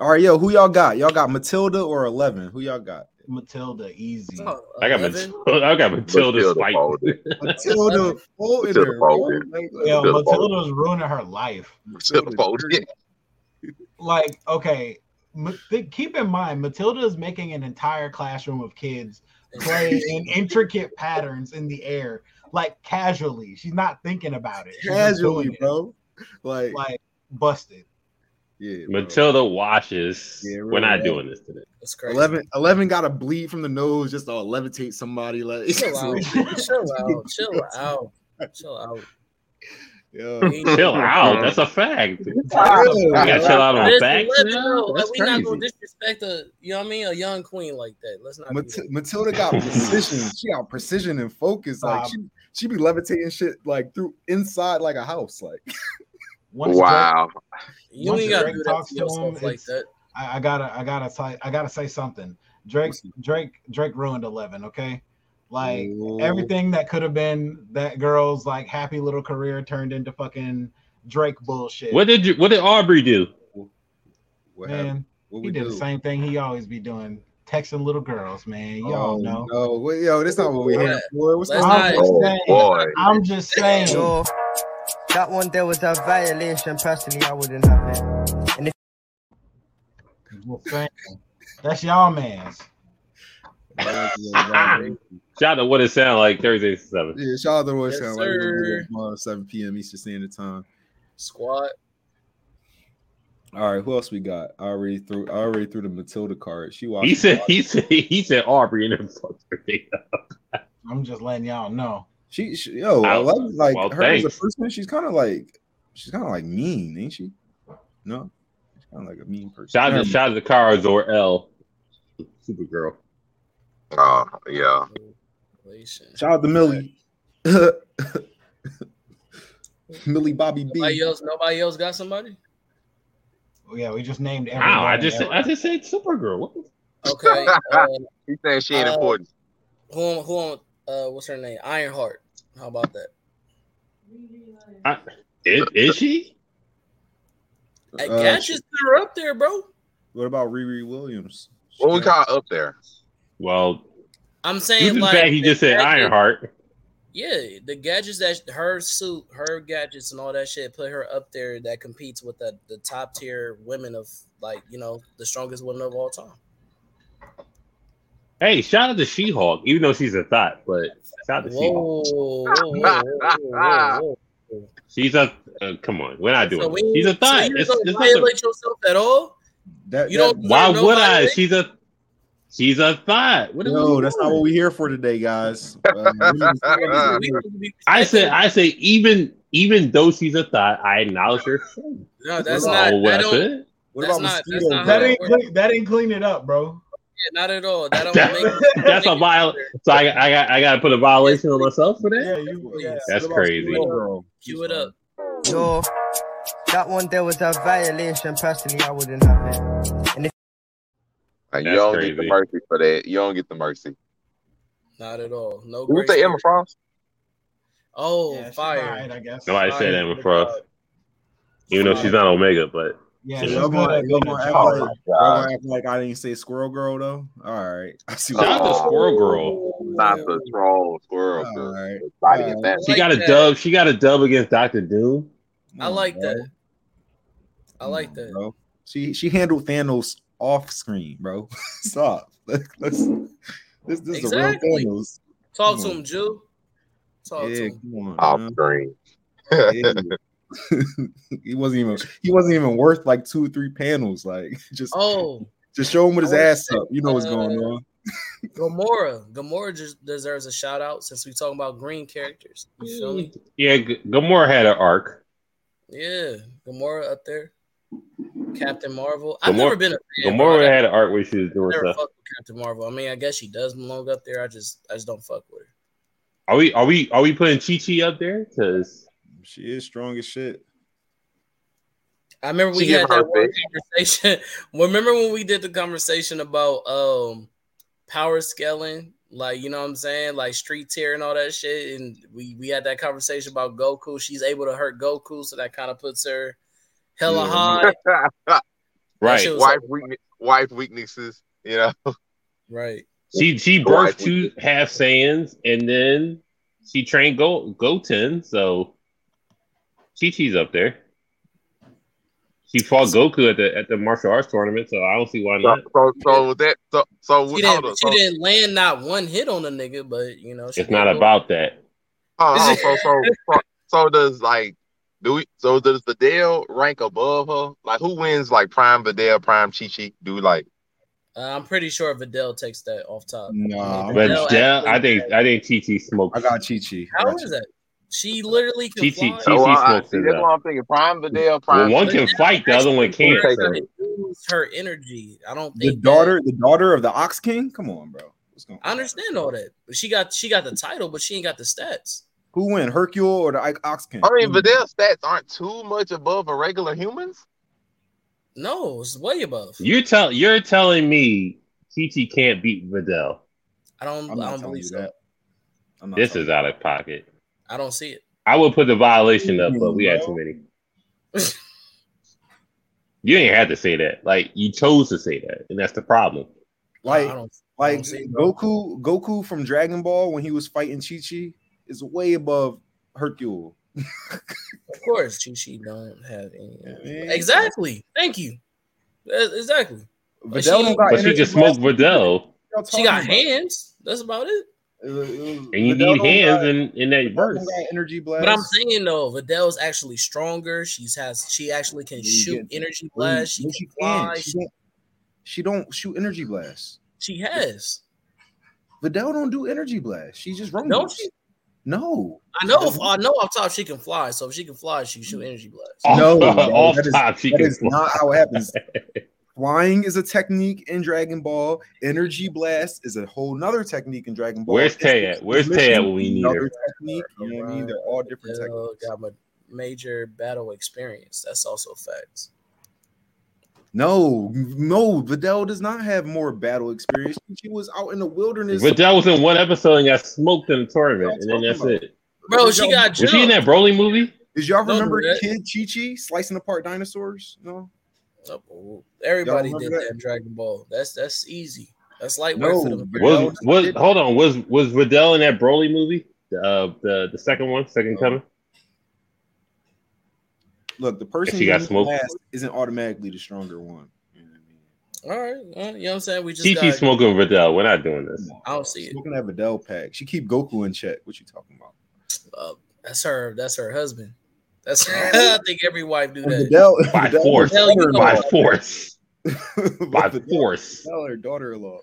All right, yo, who y'all got? Y'all got Matilda or Eleven? Who y'all got?
Matilda, easy.
Oh,
I got
eleven.
Matilda, I got Matilda's
Matilda
fight.
folded.
Matilda oh, folded
Matilda
her. bro.
folded.
Like, like,
Yo,
Matilda folded.
Matilda's ruining her life.
Oh,
Matilda folded.
Like, okay, Ma- th- keep in mind, Matilda is making an entire classroom of kids play in intricate patterns in the air, like casually. She's not thinking about it. She's just doing
Casually,
it.
bro. Like,
Like busted.
yeah, bro.
Matilda washes.
Yeah,
We're not
really.
doing this today.
It's crazy.
11, 11 got to bleed from the nose just to levitate somebody. Like,
Chill out. chill out. Chill out. Chill out.
yeah.
We ain't-
Chill out. That's a fact. You gotta chill out on
Let's
facts
let-
now.
no,
That's
uh, we not gonna
crazy.
disrespect a you know what I mean a young queen like that. Let's not. do
Mat-
that.
Matilda got precision. She got precision and focus. Like
Bob.
she, she be levitating shit like through inside like a house. Like
Once Drake-
Wow.
You
Once
ain't gotta
Drake
do that
talks
to
to
yourself
him,
like
it's-
that.
I, I gotta, I gotta say, I gotta say something. Drake, Drake, Drake ruined eleven. Okay, like
Ooh.
everything that could have been that girl's like happy little career turned into fucking Drake bullshit.
What did you? What did Aubrey do?
what happened?
man?
What
He did the same thing he always be doing, texting little girls, man. Y'all
Oh,
know.
No, Wait, yo, that's not what we here for. What's
Let's
wrong?
not-
Oh
Dang.
boy.
I'm just saying.
Yo, that one there was a violation. Personally, I wouldn't have it.
just saying. That's y'all man's.
yeah,
Shout out to what it sounded like Thursday to seven.
shout out to Royce
Yes,
Town.
sir.
Tomorrow, 7 p.m. Eastern Standard Time.
Squad.
All right, who else we got? I already threw I already threw the Matilda card. She watched
He said. He said. He said Aubrey and then fucked her day up.
I'm just letting y'all know.
she, she yo, I
Wow.
love like
Well,
her as a
thanks.
person, she's kinda like she's kinda like mean, ain't she? No? She's kinda like a mean person.
Shout out to shout out to Kara Zor-El, Supergirl.
Oh yeah.
Violation.
Shout out to Millie. Millie Bobby B.
Nobody else. Nobody else got somebody.
Yeah, we just named everyone.
Wow, I just I just said Supergirl. What the
Okay. uh,
He saying she
Oh,
ain't
Uh,
important.
who? on- Who? on, Uh, what's her name? Ironheart. How about that?
I, is, is she?
Hey,
Uh,
Catches her up there, bro.
What about Riri Williams?
What we call uh, up there?
Well,
I'm
due to
saying
the
like
fact he
the
just said
gadgets-
Ironheart,
Yeah, the gadgets that her suit, her gadgets, and all that shit put her up there that competes with the, the top tier women of like you know the strongest women of all time.
hey, shout out to She-Hulk, even though she's a thought, but shout out to She-Hulk.
Whoa, whoa, whoa, whoa, whoa, whoa.
She's a uh, come on, we're not doing.
So
that.
we-
she's a thought.
So you
It's-
don't
it's nothing-
violate yourself at all.
That,
You
that-
don't-
why
Nobody-
would I? She's a she's a thought. What are
No,
we
that's
doing?
not what we're here for today, guys. Uh,
Uh,
We- we- we-
I said. I say even even though she's a thought, I acknowledge her. sin.
no. That's
all
not.
what
That
I
don't,
said.
what
That's
about
not- that's
mosquitoes?
not
that
how
ain't clean, that ain't clean it up, bro.
yeah, not at all. That don't
That's-
make.
That's a viol. So I I got I got to put a violation on myself for that.
Yeah, you. Yeah.
That's
What about
crazy.
Squirrel Girl?
Cue it up.
Yo, that one there was a violation. Personally, I wouldn't have it.
Like, you
That's
don't get
crazy.
the mercy for that. You don't get the mercy.
Not at all. No.
Who
grace
say
there.
Emma Frost?
Oh,
Yeah, she's all
fire.
right, I guess.
Nobody
Fire.
said Emma Frost, even though she's not Omega, but
Yeah,
Yeah,
she's
y'all
good
gonna-
at
y'all
being
gonna
a
act
child.
like-
Oh God.
Y'all gonna act like I didn't say Squirrel Girl though. All right, I see.
shout out to
Oh.
Squirrel Girl.
Not the troll squirrel.
All
girl.
right.
The Body
All
of
right.
that.
She
like
got a
that.
dub. She got a dub against Doctor Doom.
I like that. I
Come
like
on,
that.
Bro. She she handled Thanos off screen, bro. Stop. Let's. This this is a
Exactly.
real Thanos.
Talk to
Come on.
him, Jew. Talk to
Yeah,
him.
come on.
Off
man.
screen.
Yeah. he wasn't even he wasn't even worth like two or three panels. Like just
Oh,
just show him with his
I wanna
ass
say,
up. You know what's going
uh,
on.
Gamora. Gamora just deserves a shout out since we talking about green characters. You feel me?
Yeah, G- Gamora had an arc.
Yeah, Gamora up there. Captain Marvel. I've
Gamora-
never been a fan. bro.
Gamora
I
had uh, an arc where she was doing
never
stuff.
fucked with Captain Marvel. I mean, I guess she does belong up there. I just, I just don't fuck with her.
Are we are we are we putting Chi Chi up there? Because
She is strong as shit.
I remember we
She
had
give her
that one
a
conversation. remember when we did the conversation about um power scaling, like you know what I'm saying, like street tier and all that shit, and we we had that conversation about Goku. She's able to hurt Goku, so that kind of puts her hella
Yeah.
high.
right,
shit was-
wife, weakness, wife weaknesses. You know.
Right.
she she
Right.
birthed two half Saiyans and then she trained Go Goten. So Chi Chi's up there. She fought Goku at the at the martial arts tournament, so I don't see why
So,
not.
so, so that so so
She
hold
didn't,
on,
she
so,
didn't land not one hit on the nigga, but you know she
It's not
did.
about that.
hold on, so, so so so does like do we, so does Vidal rank above her? Like who wins like prime Vidal, prime Chi Chi? Do like
Uh, I'm pretty sure Vidal takes that off top.
Nah,
But
No,
yeah,
actually-
I think I think Chi Chi smokes.
I got Chi Chi.
How is that? She literally can
TT.
fly.
Chi
so, I,
smokes
see,
it
that's
up.
what I'm thinking. Prime Vidal, prime.
Well, one
Chi-Chi.
can fight, the other one can't.
Take
Her, her energy. I don't
The
think
daughter, the daughter of the Ox King. Come on, bro. What's going
That, I understand all that. But She got she got the title, but she ain't got the stats.
Who win, Hercule or the I- Ox King?
I mean, Vidal's stats aren't too much above a regular human's.
No, it's way above.
You tell you're telling me Chi Chi can't beat Vidal.
I don't.
I'm
I
not
don't
telling
believe
you
so.
that. I'm not
This
telling
is out of pocket.
I don't see it.
I would put the violation up, but we had too many. you ain't had to say that. Like you chose to say that, and that's the problem.
you. like
I don't. I
Like
don't see it, bro.
Goku, Goku from Dragon Ball when he was fighting Chi Chi is way above Hercule.
Of course, Chi Chi don't have any.
man.
Exactly. Thank you. That's- exactly.
Videl
she-
don't got
But she
energy
just
blast.
smoked Vidal,
What y'all
She got
talking about?
hands. That's about it.
It was- it was-
and you need
Videl don't
hands
got-
in, in that
Videl don't
verse.
got energy blast.
But I'm saying though, Vidal's actually stronger. She's has she actually can
You
shoot
get-
energy
No,
blast. She
no,
can
she
fly.
can't. She don't, she don't shoot energy blasts.
She has.
Videl don't do energy blasts. She just rumbles.
Don't she?
No.
I know. If, I know off top she can fly. So if she can fly, she shoot energy blasts.
Off,
No, bro,
off
that is-
top, she
That
can
is
fly.
not how it happens. Flying is a technique in Dragon Ball. Energy blast is a whole nother technique in Dragon Ball.
Where's Tay at? Where's Tay at when we need
Another
her?
Technique, you know what I mean? They're all different techniques.
Vidal got a major battle experience. That's also facts.
No, no, Videl does not have more battle experience. She was out in the wilderness.
Vidal was in one episode and got smoked in a tournament, and then that's it.
Bro, she got
Was she in
jumped.
that Broly movie?
Did y'all
Don't do
remember
that.
Kid Chi Chi slicing apart dinosaurs? No,
Oh, Everybody
Y'all
did
remember
that in Dragon Ball. That's that's easy. That's like
No,
for them.
but
Vidal.
Was was hold on? Was was Vidal in that Broly movie? The uh, the the second one, second coming.
look, the person
she
you
got smoked.
last isn't automatically the stronger one. You know what
All
I mean?
right, all right, you know what I'm saying? We just
Chi Chi
got.
smoking Vidal. We're not doing this.
Come on,
I don't
bro.
see it.
Smoking that Videl pack. She keep Goku in check. What you talking about?
Uh, that's her. That's her husband. That's I think every wife do
Oh. And
that.
Videl,
By
Videl
force.
her daughter-in-law.
By force, by
Videl-
force.
Videl, her daughter-in-law.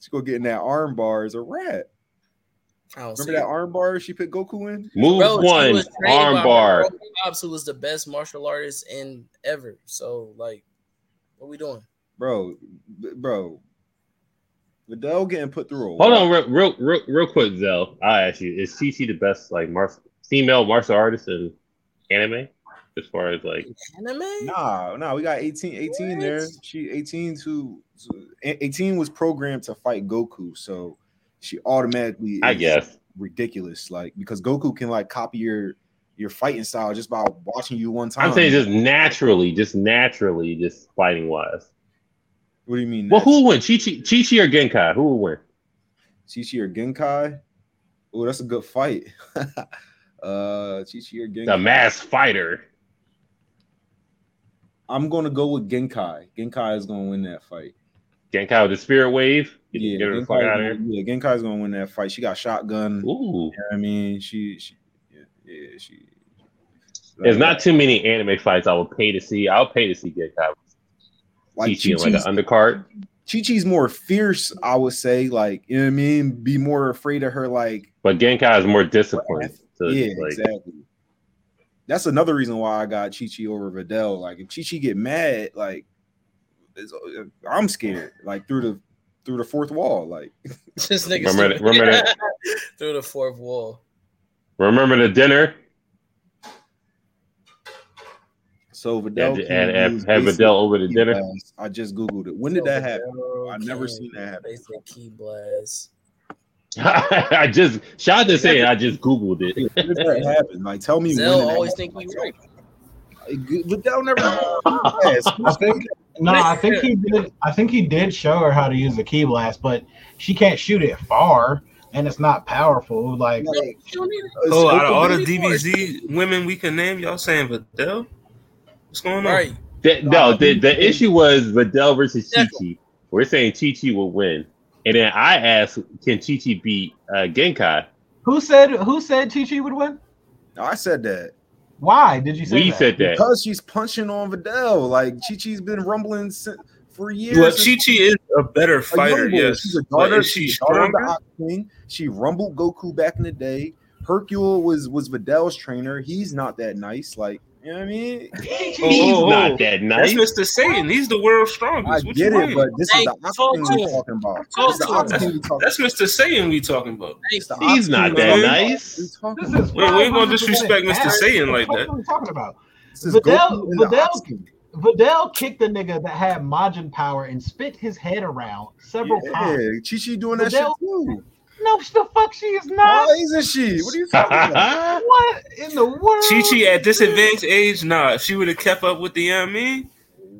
She go get in that arm bar as a rat.
I don't see
Remember that
it.
arm bar she put Goku in?
Move
Bro, she
one,
was trained by
armbar.
Roy Hobbs, who was the best martial artist in ever. So like, what we doing?
Bro, b- bro. Videl getting put through a
Hold on,
wall.
real, real, real, real quick, Zell. I ask you: Is Chi Chi the best like mar- female martial artist in anime? As far as like,
Anime?
Nah, nah, we got 18, 18 there.
What?
She 18 to to- 18 was programmed to fight Goku, so she automatically
I
is
guess
ridiculous. Like because Goku can like copy your your fighting style just by watching you one time.
I'm saying just naturally, just naturally, just fighting wise.
what do you mean?
Well,
that's-
who will win? Chi Chi, Chi Chi or Genkai? Who will win?
Chi Chi or Genkai? Oh, that's a good fight. uh Chi Chi or Genkai.
The mass fighter.
I'm gonna go with Genkai. Genkai is gonna win that fight.
Genkai with the spirit wave. Get,
Yeah,
get her the
Genkai's
fuck out of
gonna,
here.
yeah, Genkai's gonna win that fight. She got shotgun.
Ooh.
You know what I mean, she, she yeah, yeah, she.
There's not too many anime fights I would pay to see. I'll pay to see Genkai. Chi
like
Chi
Chi
in like an
Chi's,
undercard.
Chi Chi's more fierce. I would say, like you know what I mean, be more afraid of her. Like
But Genkai is more disciplined. So it's
yeah,
like,
exactly. That's another reason why I got Chi Chi over Videl. Like if Chi Chi get mad, like it's, uh, I'm scared. Like through the through the fourth wall. Like
This nigga
Remember that-
stupid.
remember that-
through the fourth wall.
Remember the dinner?
so
Had,
Videl
had,
can
had,
use
had
basic
Videl over the
key
dinner.
blasts. I just googled it. When did that happen? I've never seen that happen.
Basic key blast.
I just shout out to say I just googled
Yeah,
it.
when did that happen? Like tell me
Zell
when. it
always
happened.
think you right.
Like, Videl never. Yes,
I think no, I think he did. I think he did show her how to use the key blast, but she can't shoot it far, and it's not powerful. Like
like,
You don't need it.
Oh, out of all the
Open
DBZ women we can name, y'all saying Videl? What's going on?
Right.
The, no, the, the issue was Vidal versus Chi Chi. We're saying Chi Chi will win. And then I asked, can Chi Chi beat uh, Genkai?
Who said who said Chi Chi would win?
I said that.
Why did you say
We
that?
said that.
Because she's punching on Vidal. Like Chi Chi's been rumbling sin- for years.
Well,
since-
Chi Chi is a better
a young
fighter,
woman.
yes.
She's a
But
daughter,
is she
she's a daughter of
stronger?
the Ox King. She rumbled Goku back in the day. Hercule was was Vidal's trainer. He's not that nice. Like, you know what I mean?
Oh,
He's
oh, oh.
not that nice.
That's Mr. Satan. He's the world's
I
strongest. What
get
you
it,
mean?
but this is the
Hey,
Ox
talk
King
to
we're
him.
talking about.
Talk
This is the
to him.
Ox King we talking
That's Mr. Satan we talking about.
It's the
He's
Ox
not
King
that
we talking
nice.
about. We
This
talking
is
about-
Wait, we ain't gonna
500%
disrespect Mr.
ass.
Saiyan like
What the
that.
fuck are we talking about?
This is
Vidal-
Goku and the
Vidal-
Ox King.
Vidal kicked the nigga that had Majin power and spit his head around several
Yeah,
times.
Chi Chi doing that
Vidal-
shit too.
No, sh- the fuck she is not.
Why isn't she? What are you talking about?
What in the world?
Chi Chi at disadvantaged age, nah. If she would have kept up with the, you know what I mean?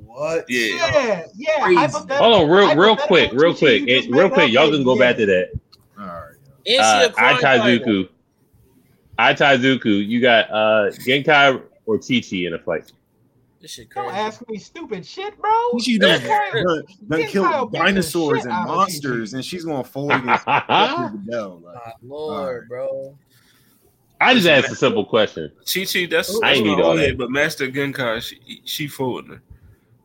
What?
Yeah.
Yeah, yeah.
Crazy.
hypothetical-
Hold on, real, real
hypothetical
quick, real
Chi-Chi
quick,
you just
and real
made
quick.
up
Y'all
is
can go back to that.
All right.
Is she
Uh,
a crime fighter?
Aitazuku, Aitazuku, you got uh, Genkai or Chi Chi in a fight.
This shit
Don't
crazy.
ask me stupid shit, bro.
What she
That's
doing?
crazy.
Done, done
This
kill
child beats the
dinosaurs
shit
and
out of Chi-Chi.
monsters, and she's gonna fold against
I
Videl. Like,
My lord, bro.
just asked a simple question.
Chi Chi, that's,
I
that's
ain't
my
need all
only-
that.
But Master Genkai, she, she folding her.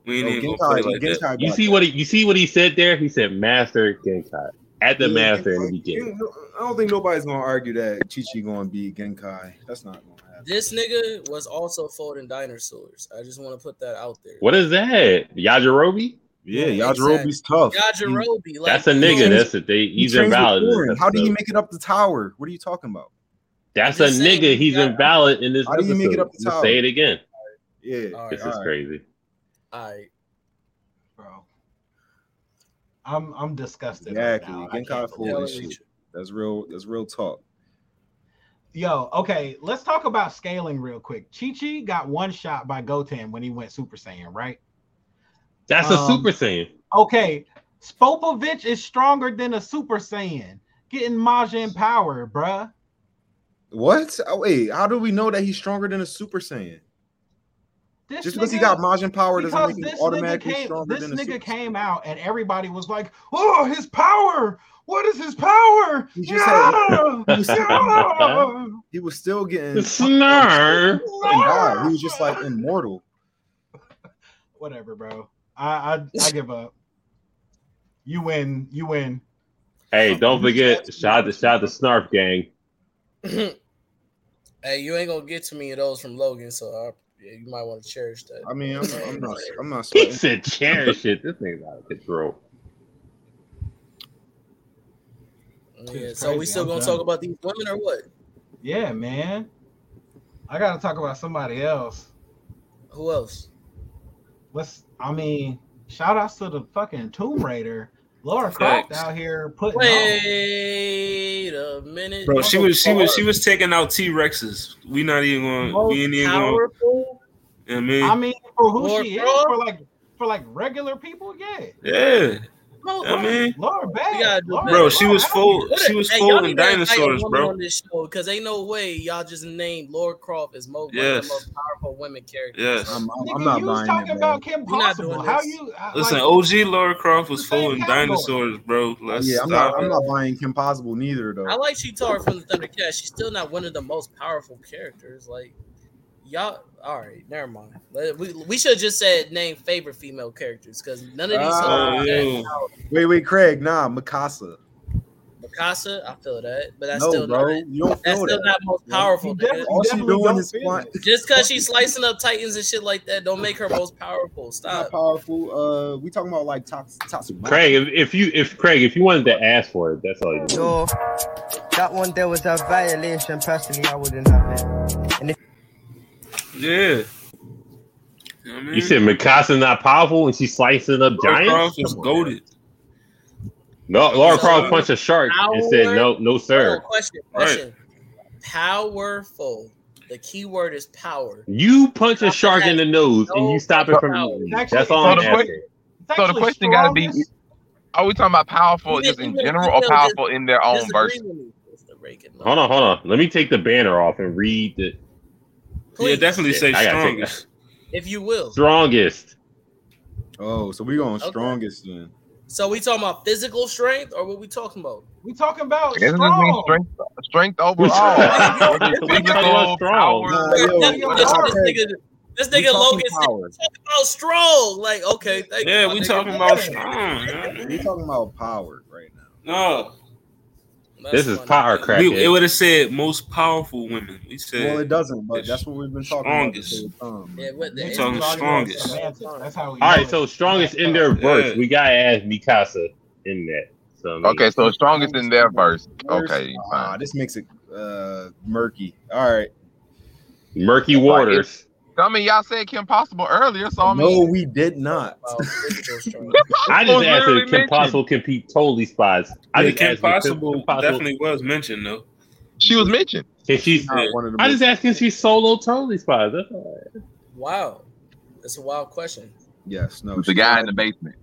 We ain't
yo,
even
Genkai,
gonna play like
Genkai
that.
got
You see what he, you see what he said there? He said Master Genkai at the
Yeah,
Master in
Genkai-
the beginning.
you know, I don't think nobody's gonna argue that Chi Chi gonna be Genkai. That's not gonna happen.
This nigga was also folding dinosaurs. I just want to put that out there.
What is that? Yajirobe?
Yeah,
Yeah,
Yajirobe's tough.
Yajirobe, like
That's a nigga.
changed-
That's a they.
He- he
He's
trains with
invalid. in this
Thorin. How do you
episode.
make it up the tower? What are you talking about?
That's a
I'm just saying,
nigga. He's
yeah.
invalid in this
How do
episode.
you make it up the
Just
tower?
say it again.
Yeah,
All right,
This
all
is
right.
crazy.
all right.
bro. I'm I'm disgusted.
exactly.
Right now. I can't
Genkai
believe
folding
Holy
it.
shit.
shit. That's real. That's real talk.
Yo, okay, let's talk about scaling real quick. Chi Chi got one shot by Goten when he went Super Saiyan, right?
That's a
Um,
Super Saiyan.
Okay, Spopovich is stronger than a Super Saiyan. Getting Majin power, bruh.
What? Oh, wait, how do we know that he's stronger than a Super Saiyan?
This
Just
nigga,
because he got Majin power doesn't
because
make him
this nigga
automatically
came,
stronger
this
than a
nigga
Super
came
Saiyan.
out and everybody was like, "Oh, his power! What is his power?"
He just had-
Yeah!
He was,
Yeah!
he was still getting
Snarf.
fucking died. He was just like immortal.
Whatever, bro. I I, I give up. You win. You win.
Hey, don't forget, shout out to shout out to Snarf Gang.
Hey, you ain't gonna get to me of those from Logan, so I, yeah, you might want to cherish that.
I mean, I'm, I'm not. I'm not.
He
Sweating.
said cherish shit. This nigga's out of control.
Yeah,
It's
so we
crazy.
still
I'm
gonna
done.
talk about these women or what?
Yeah, man. I gotta talk about somebody else.
Who else?
Let's. I mean, shout outs to the fucking Tomb Raider. Laura Croft
Facts.
out here putting. on.
Wait a minute.
Bro, she was she was she was taking out T Rexes. We not even going.
Most
We ain't even going.
powerful.
I mean,
I mean, for who
Laura
she
Croft?
is, for like for like regular people, yeah.
yeah,
Bro,
I mean,
Laura
We gotta
bad.
do
Laura,
better.
bro, she
Laura
was
out
full.
here.
what a-
She was
hey, y'all
full
need
in
to invite a
dinosaurs,
woman
bro.
On this show, because ain't no way y'all just named Laura Croft as most one of
Yes.
the most powerful women characters.
Yes.
I'm, I'm,
Nigga,
I'm not
you was
buying
talking
it, bro.
about Kim
We're not doing
Possible. How
this.
you uh,
Listen,
like,
OG Laura Croft was
the same
full in
category.
dinosaurs, bro. Let's
Yeah, I'm
stop.
not. I'm not buying Kim Possible neither, though.
I like Chitara from the Thundercats. She's still not one of the most powerful characters. Like y'all, all right, never mind. Let- We, we should have just said name favorite female characters because none of these.
Ah,
Oh,
hoes
yeah.
Wait, wait, Craig. Nah, Mikasa.
Mikasa, I feel that, but that's
no,
still
bro.
not.
you don't
That's
feel
still
that.
not most
bro.
you
powerful.
def-
nigga.
All
you
she
definitely
doing
don't
is
feel
flying-
it.
Just because she's slicing up titans and shit like that, don't make her most powerful.
Not
Stop.
powerful. Uh, we talking about like Tots- Tatsumaki.
Craig, if, if you if Craig, if you wanted to ask for it, that's all you do.
Yo, that one there was a violation. Personally, I wouldn't have it.
Yeah. I mean,
You said Mikasa not powerful and she's slicing up
Laura
giants.
Croft was
Come on.
goaded.
No, Laura
So-
Croft punched a shark and said, "No, no,
Oh,
sir."
question.
Right.
Question. Powerful. The key word is power.
You punch a shark in the nose and you stop it from
No.
eating. That's all I'm
So the que-
asking.
It's actually
So the question gotta be-
strongest-
Are we talking about powerful
You
just
didn't-
in
you didn't-
general
you
or
didn't
powerful in their own
Disagree
verse?
with me, Mr. Reagan.
Hold on, hold on. Let me take the banner off and read the.
Yeah,
Please.
definitely
Shit,
say
I gotta take
strongest.
if you will.
Strongest.
Oh, so we going
Okay.
strongest then.
So we talking about physical strength, or what we talking about?
We talking about
Isn't this mean
strong.
strength, strength overall? Physical
strong.
power.
Nah, yo,
this,
what
this
about that?
nigga, this
We
nigga
talking
Logan said,
power.
talking about strong. Like, okay, thank you,
Yeah,
my
we
nigga.
talking about strong.
We
man.
talking about power right now.
No,
That's
This is
funny.
power crack.
we, it would have said most powerful women. We
Well, it
said
doesn't, but that's what we've been talking
Strongest.
about.
Yeah,
Strongest.
what the
Niggas
talking
is arguing
strongest.
semantics. That's how we
All
know
right,
it.
so strongest in their verse.
Yeah.
We gotta add Mikasa in that. So I mean,
Okay, so strongest in their verse. Okay,
Ah,
fine.
this makes it uh, murky. All right.
murky waters.
I mean, y'all said Kim Possible earlier, so I
no,
mean,
we did not.
Wow, physical strength.
I just
was
asked
literally
if Kim
mentioned.
Possible compete totally spots. I
yeah,
just
Kim
asked if
Possible
Kim Possible-
definitely was mentioned though.
she was mentioned.
Can she?
Not one of the
I just
most-
asked if she solo totally spots. That's all right.
Wow, that's a wild question.
yes, no.
The guy in the basement.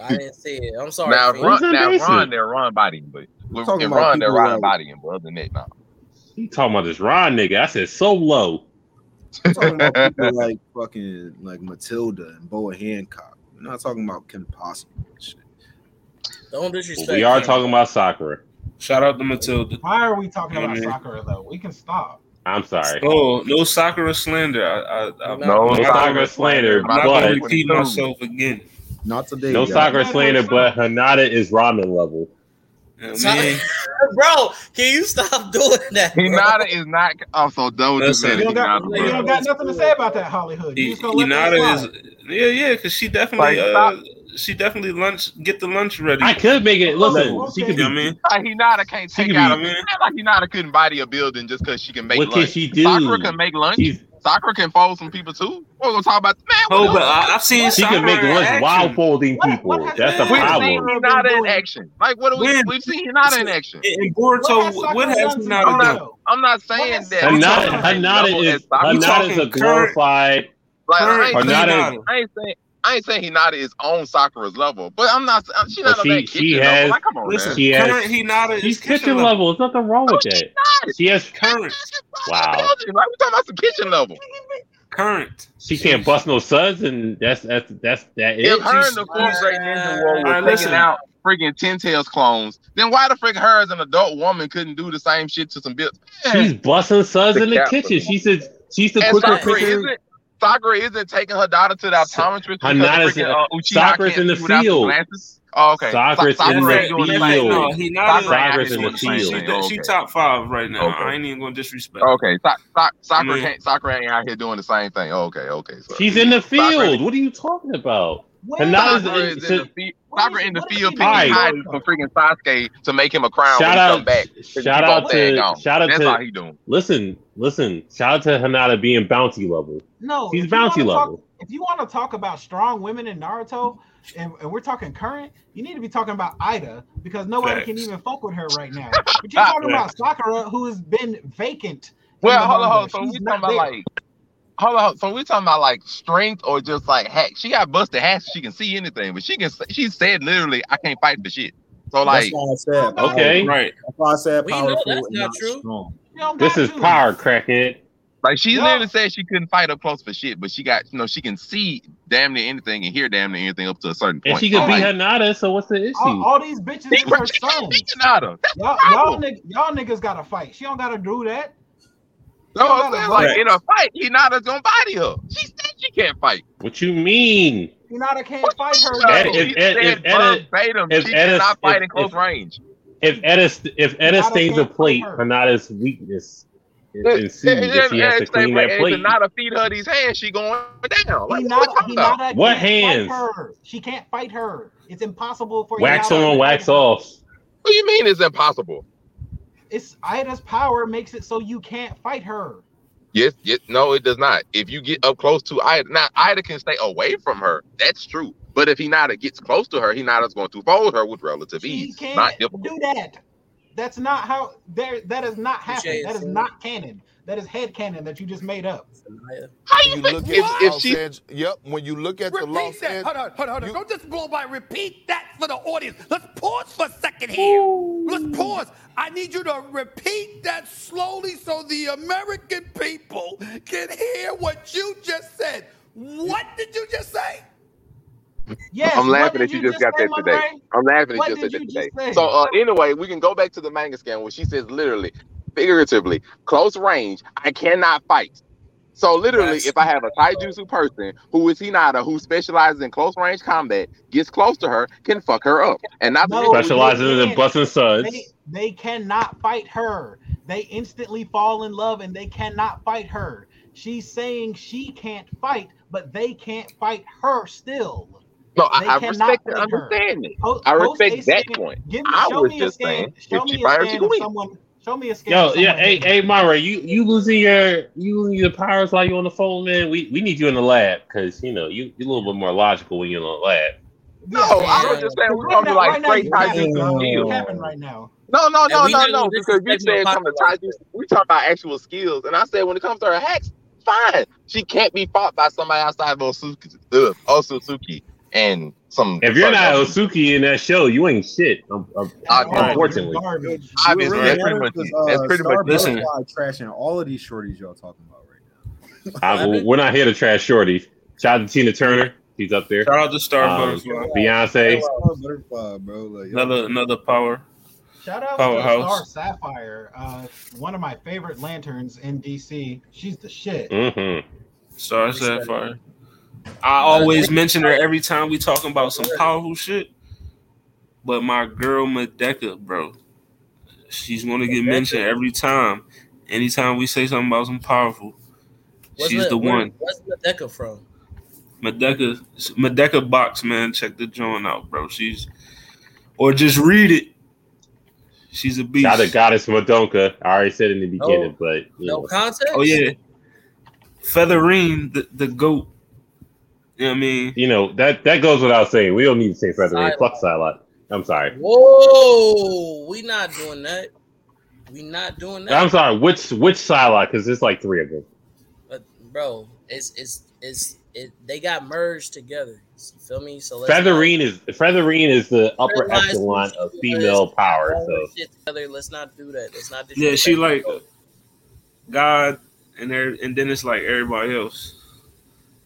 I didn't see it. I'm sorry.
Now,
Fee.
Who's
Ron,
in
now
basement?
Ron, they're Ron bodying, but
We're talking
and
about
Ron, they're
people
Ron
that-
bodying, but other than that, no.
You talking about this Ron nigga? I said solo.
I'm talking about people like fucking like Matilda and Boa Hancock. We're not talking about Kim Possible. and shit.
Don't
But
disrespect.
we are
him.
talking about Sakura.
Shout out to Matilda.
Why are we talking about
Mhm.
soccer though? We can stop.
I'm sorry.
Oh, no Sakura slander. I, I,
No,
I,
No,
No
Sakura
Sakura slander,
I'm not gonna
but
Sakura.
repeat myself again.
Not today.
no
guys.
Sakura slander, but Hanada is ramen level.
I
So-
mean,
bro, can you stop doing that? bro?
Hinata is not. I'm so done with this
Listen.
man.
You don't, got,
Hinata,
you
bro.
don't got nothing to say about that, Hollywood. You just gonna let that
Inada
slide.
is yeah, yeah, because she definitely
Like,
uh, she definitely lunch get the lunch ready.
I could make it. Listen,
Look,
she
you
could
know what I
be.
mean?
Like, Hinata can't
She
take
can
out a
be-
man. Like Hinata couldn't body a building just because she can make
What
lunch.
can she do?
Sakura can make lunch.
She's-
Sakura can fold some people too. We're gonna talk about man.
Oh,
what
but
else?
I, I've seen
She can
Sakura
make
in
lunch
action.
while folding
What-
people.
what has
That's the
Sakura
we've
been
seen
problem.
doing?
Hinata in action. Like what do we?
When?
We've seen Hinata in action.
In, in
What has
Boruto,
Sakura
what has
done to
Hinata
Boruto?
done?
I'm not
What
saying
has
that.
Sakura
I'm
done?
talking
Hanada,
about the level
Hanada
as
is
Sakura.
we
Hanada is a
talking current-
glorified.
Like, I ain't
Current
saying
Hinata-
Hinata.
I ain't saying I ain't saying Hinata is on Sakura's level, but I'm not. I'm, she
But
not on
she-
that
she
kitchen level.
has-
Like, come on,
Listen,
man.
She has-
current Hinata is
She's kitchen level. There's nothing wrong with that.
Oh, not.
She has.
Current,
Wow.
Like we talking about some kitchen level.
current.
She can't bust no suds, and that's that's that's that is.
If her and the fourth grade ninja war
Alright,
were
listen.
taking out freaking Ten Tails clones, then why the frick her as an adult woman couldn't do the same shit to some bitch?
She's busting suds in the
Yeah.
kitchen. She's a she's the
And
quicker
Sakura
picture.
isn't, Sakura isn't taking her daughter to the optometrist because
Hinata's-
freaking, uh, Uchiha
Sakura's
can't
in the
see without some
field.
glasses? Oh, okay. Sa-
Sakura's in
Sakura
the
ain't doing
field.
same
No,
thing.
Hinata.
Sakura ain't
Sakura's in
doing
the
same
field.
She,
thing.
she, she
Okay.
top five right now.
Okay.
I ain't even gonna disrespect. her.
Okay, so, so, Sakura
Yeah.
can't. Sakura ain't out here doing the same thing. Okay, okay. So.
She's in the
Sakura-
field. What are you talking about?
Where-
Hinata's
Sakura is in the field.
what
Sakura
is-
in the
what is
field
he
picking
Alright.
cotton for freaking Sasuke to make him a crown
Shout
when he come
out,
back.
shout out to shout out
That's all
to
he doing.
listen, listen. Shout out to Hanada being bounty level.
No,
She's
if you wanna
bounty
talk-
level.
if you want to talk about strong women in Naruto, and, and we're talking current, you need to be talking about Ida because nobody can
Facts.
even fuck with her right now. But you're talking about Sakura, who has been vacant. in
Well,
the
hold on, hold on.
manga.
So
She's
we talking
not
about
there.
like, hold on. So we talking about like strength or just like hack? She got busted hacks. She can see anything, but she can. She said literally, I can't fight for shit. So like,
that's why I said powerful.
Okay.
Right.
That's why I said
We know
powerful.
that's
and
not
not
true.
Strong.
You don't
This
got
is
to.
power crackhead.
like she
Yeah.
literally said she couldn't fight up close for shit, but she got you know she can see damn near anything and hear damn near anything up to a certain point.
And she could
So,
be
like,
Hanada, so what's the
All,
issue?
all these bitches
she-
is her
she-
sons.
she not her. That's
Y'all, y'all,
problem.
nigg- y'all niggas gotta fight. She don't gotta do that.
That's what I'm
Hinata
saying. Like
bust-
in a fight, Hinata's gonna body her. She said she can't fight.
What you mean?
Hinata can't fight her.
No,
Ed-
she
if- if-
said
if Eda-
verbatim,
if
she
Eda-
cannot fight
if-
in close
if-
range.
If Edda if Edda
Hinata
stains a
can't
plate,
hurt.
Hanada's weakness is
It-
ensued
it-
if she
it-
has to
it's like,
clean that
if
plate.
Hinata feed her these hands, she going down.
Hinata,
Like, what we talking about?
Hinata
What
can't
hands?
Fight her. She can't fight her. It's impossible for
Wax
Hinata to
on,
fight
wax
her.
off.
What do you mean it's impossible?
It's Ida's power makes it so you can't fight her.
Yes, yes, no, it does not. If you get up close to Ida, now Ida can stay away from her. That's true. But if Hinata gets close to her, Hinata's going to fold her with relative
She
ease.
can't
Not difficult.
do that. That's not how there. That is not happening.
Jay
That is
said-
not canon. That is head canon that you just made up.
Sanaya.
How
When
you
you
think
look at
if,
the
if
Los
she
Angeles, yep, when you look at the Los
Repeat that.
Angeles,
Hold on, hold on, hold on.
You-
Don't just blow by. Repeat that for the audience. Let's pause for a second here. Let's pause. I need you to repeat that slowly so the American people can hear what you just said. What did you just say?
Yes,
I'm
what
laughing
did
that you
you
just
just
got
say,
that
my
today.
friend?
I'm laughing
What
that you
did
just said that
you
today.
just say?
So uh, anyway, we can go back to the manga scan where she says literally, figuratively, close range. I cannot fight. So literally,
That's
if I have a taijutsu person who is Hinata who specializes in close range combat, gets close to her, can fuck her up, and not
No,
to mention-
Specializes in
man.
busting suds.
They they cannot fight her. They instantly fall in love and they cannot fight her. She's saying she can't fight, but they can't fight her still.
No,
They
I, I
cannot
respect the
fight her.
understanding.
Po-
I
post a
respect that
scan-
point.
Give me,
I
show
was
me a
just
scan.
saying,
Show
if she
me a
fires, she
scan
can
of
win.
someone. Show me a scan
Yo,
of someone.
yeah, hey, hey, Myra, you you losing your you losing your powers while you on the phone, man. We we need you in the lab because you know you you a little bit more logical when you're in the lab.
No, I was just saying we're
right
gonna be
now,
like
right now
straight
you capping.
taijutsu
You
skills.
capping right now.
No, no,
And
no,
we
no,
not gonna-
no.
this
Because
is
you
taking
said
a
come to
podcast.
taijutsu, we talk about actual skills, and I said when it comes to her hacks, fine. She can't be fought by somebody outside of Osuki, uh, Osuzuki and some.
If you're
sorry,
not
Osu-
Osuki in that show, you ain't shit. Um, um,
I-
At all. You're
unfortunately,
garbage.
What
obviously
really
that's pretty
matters
much
is
it. That's
uh,
pretty much
Star
it.
Listen.
Butterfly trashing all of these shorties y'all talking about right now.
I, well, we're not here to trash shorties. Shout out to Tina Turner, she's up there.
Shout out to Star
Um,
Butterfly.
Beyonce,
Star Butterfly, bro. Like, y'all-
Another another power.
Shout out
Powerhouse.
to Star Sapphire, uh, one of my favorite lanterns in DC. She's the shit.
Mm.
hmm
Star Sapphire. I always mention her every time we talking about some powerful shit. But my girl Medeka, bro, she's gonna get mentioned every time. Anytime we say something about some powerful,
What's
she's
the,
the one.
Where's the Deca from?
Medeka, Medeka box man, check the joint out, bro. She's or just read it. She's a
shout out to
beast.
Goddess Madonka. I already said in the beginning,
No.
but you
Oh, No
know,
context.
Oh yeah, Featherine, the, the goat. You know what I mean?
you know that that goes without saying. We don't need to say Featherweight.
Psylocke.
Fuck Psylocke. I'm sorry.
Whoa, we not doing that. We not doing that,
I'm sorry. Which which Psylocke? Because there's like three of them.
But, bro. It's it's it's it. They got merged together. You feel me? So let's
Featherine is Featherine is the upper
Realize
echelon
who
of
she
female
is.
power.
all
So
this shit together. Let's not do that. Let's not.
Yeah, she
disrespect the
like
goat.
God, and there, and then it's like everybody else.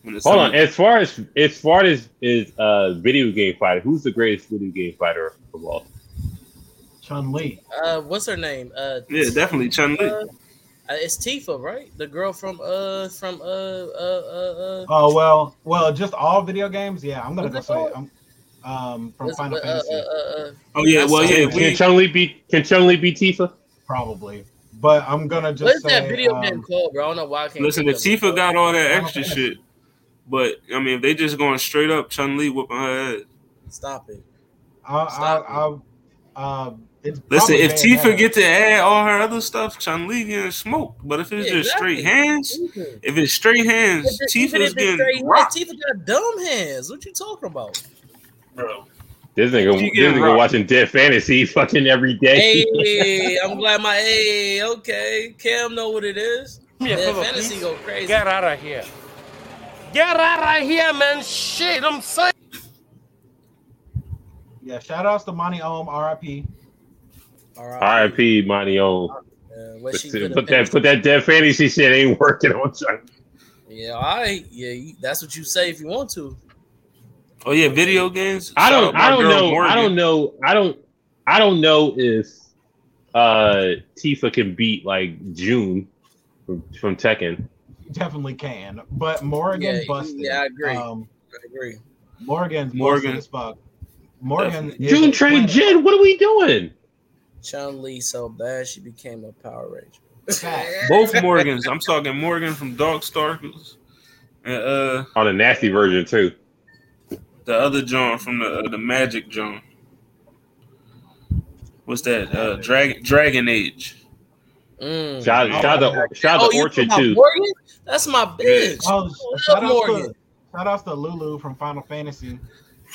When it's
hold on.
something-
As far as as far as is uh video game fighter, who's the greatest video game fighter of all?
Chun Li.
Uh, what's her name? Uh,
yeah, definitely Chun Li.
uh, it's Tifa, right? The girl from uh from uh uh uh. uh
Oh well, well, just all video games. Yeah, I'm gonna go
What's
say
it
it. I'm, um, from
what's-
Final
uh,
Fantasy,
uh, uh, uh,
Oh yeah,
That's
well
so
yeah,
Can, can
we,
Chun Li beat Can Chun Li beat Tifa?
probably. But I'm gonna just
What is
say
that video
um,
game called, bro? I don't know why I can't.
listen.
think
If
of it,
Tifa
bro.
got all that
Final
extra
Fantasy.
shit, but I mean, if they just going straight up Chun Li whooping her head.
Stop it.
I, I,
Stop
I, uh, it's
Listen,
probably
if Tifa
Bayonetta.
get to add all her other stuff, Chun Li getting smoked. But if it's
Yeah,
just straight
exactly.
hands,
Even
if it's straight hands,
if
Tifa is
it's straight
getting
hands,
rocked,
Tifa got dumb hands. What you talking about?
bro.
This
She
nigga, this
getting
nigga
rocked.
watching Dead Fantasy fucking every day.
Hey, I'm glad my hey. Okay, Cam know what it is.
Yeah,
Yeah,
come on,
fantasy
please.
go crazy.
Get out of here. Get out of here, man. Shit, I'm saying.
Yeah, shout outs to Monty Ohm, R.I.P.
R.I.P.
R.I.P. Monty on.
Yeah, what she could
Put that put that Dead Fantasy shit ain't working on Chun.
Yeah, all right. Yeah, you- that's what you say if you want to.
Oh yeah, video games.
I
Shout
don't.
out
I
my
don't
girl
know. I
Morgan.
don't know. I don't. I don't know if uh Tifa can beat like June from, from Tekken.
You definitely can, but Morgan
Yeah, you-
busted.
yeah, I agree.
Um,
I agree.
Morgan's
Morgan.
busted as fuck. Morgan, is
June
a
Train
player.
Jin. What are we doing?
Chun Li so bad she became a Power Ranger.
Fact.
Both Morgans. I'm talking Morgan from Dog Starkers and uh
On a nasty version too.
the other John from the uh, the Magic John. What's that? Uh Dragon Dragon Age.
Mm.
Shout
Oh,
shout out to shout out to
you
Orchard
talking
too.
about Morgan? That's my bitch.
Oh,
I
sh- shout
love
outs
Morgan.
to shout outs to Lulu from Final Fantasy.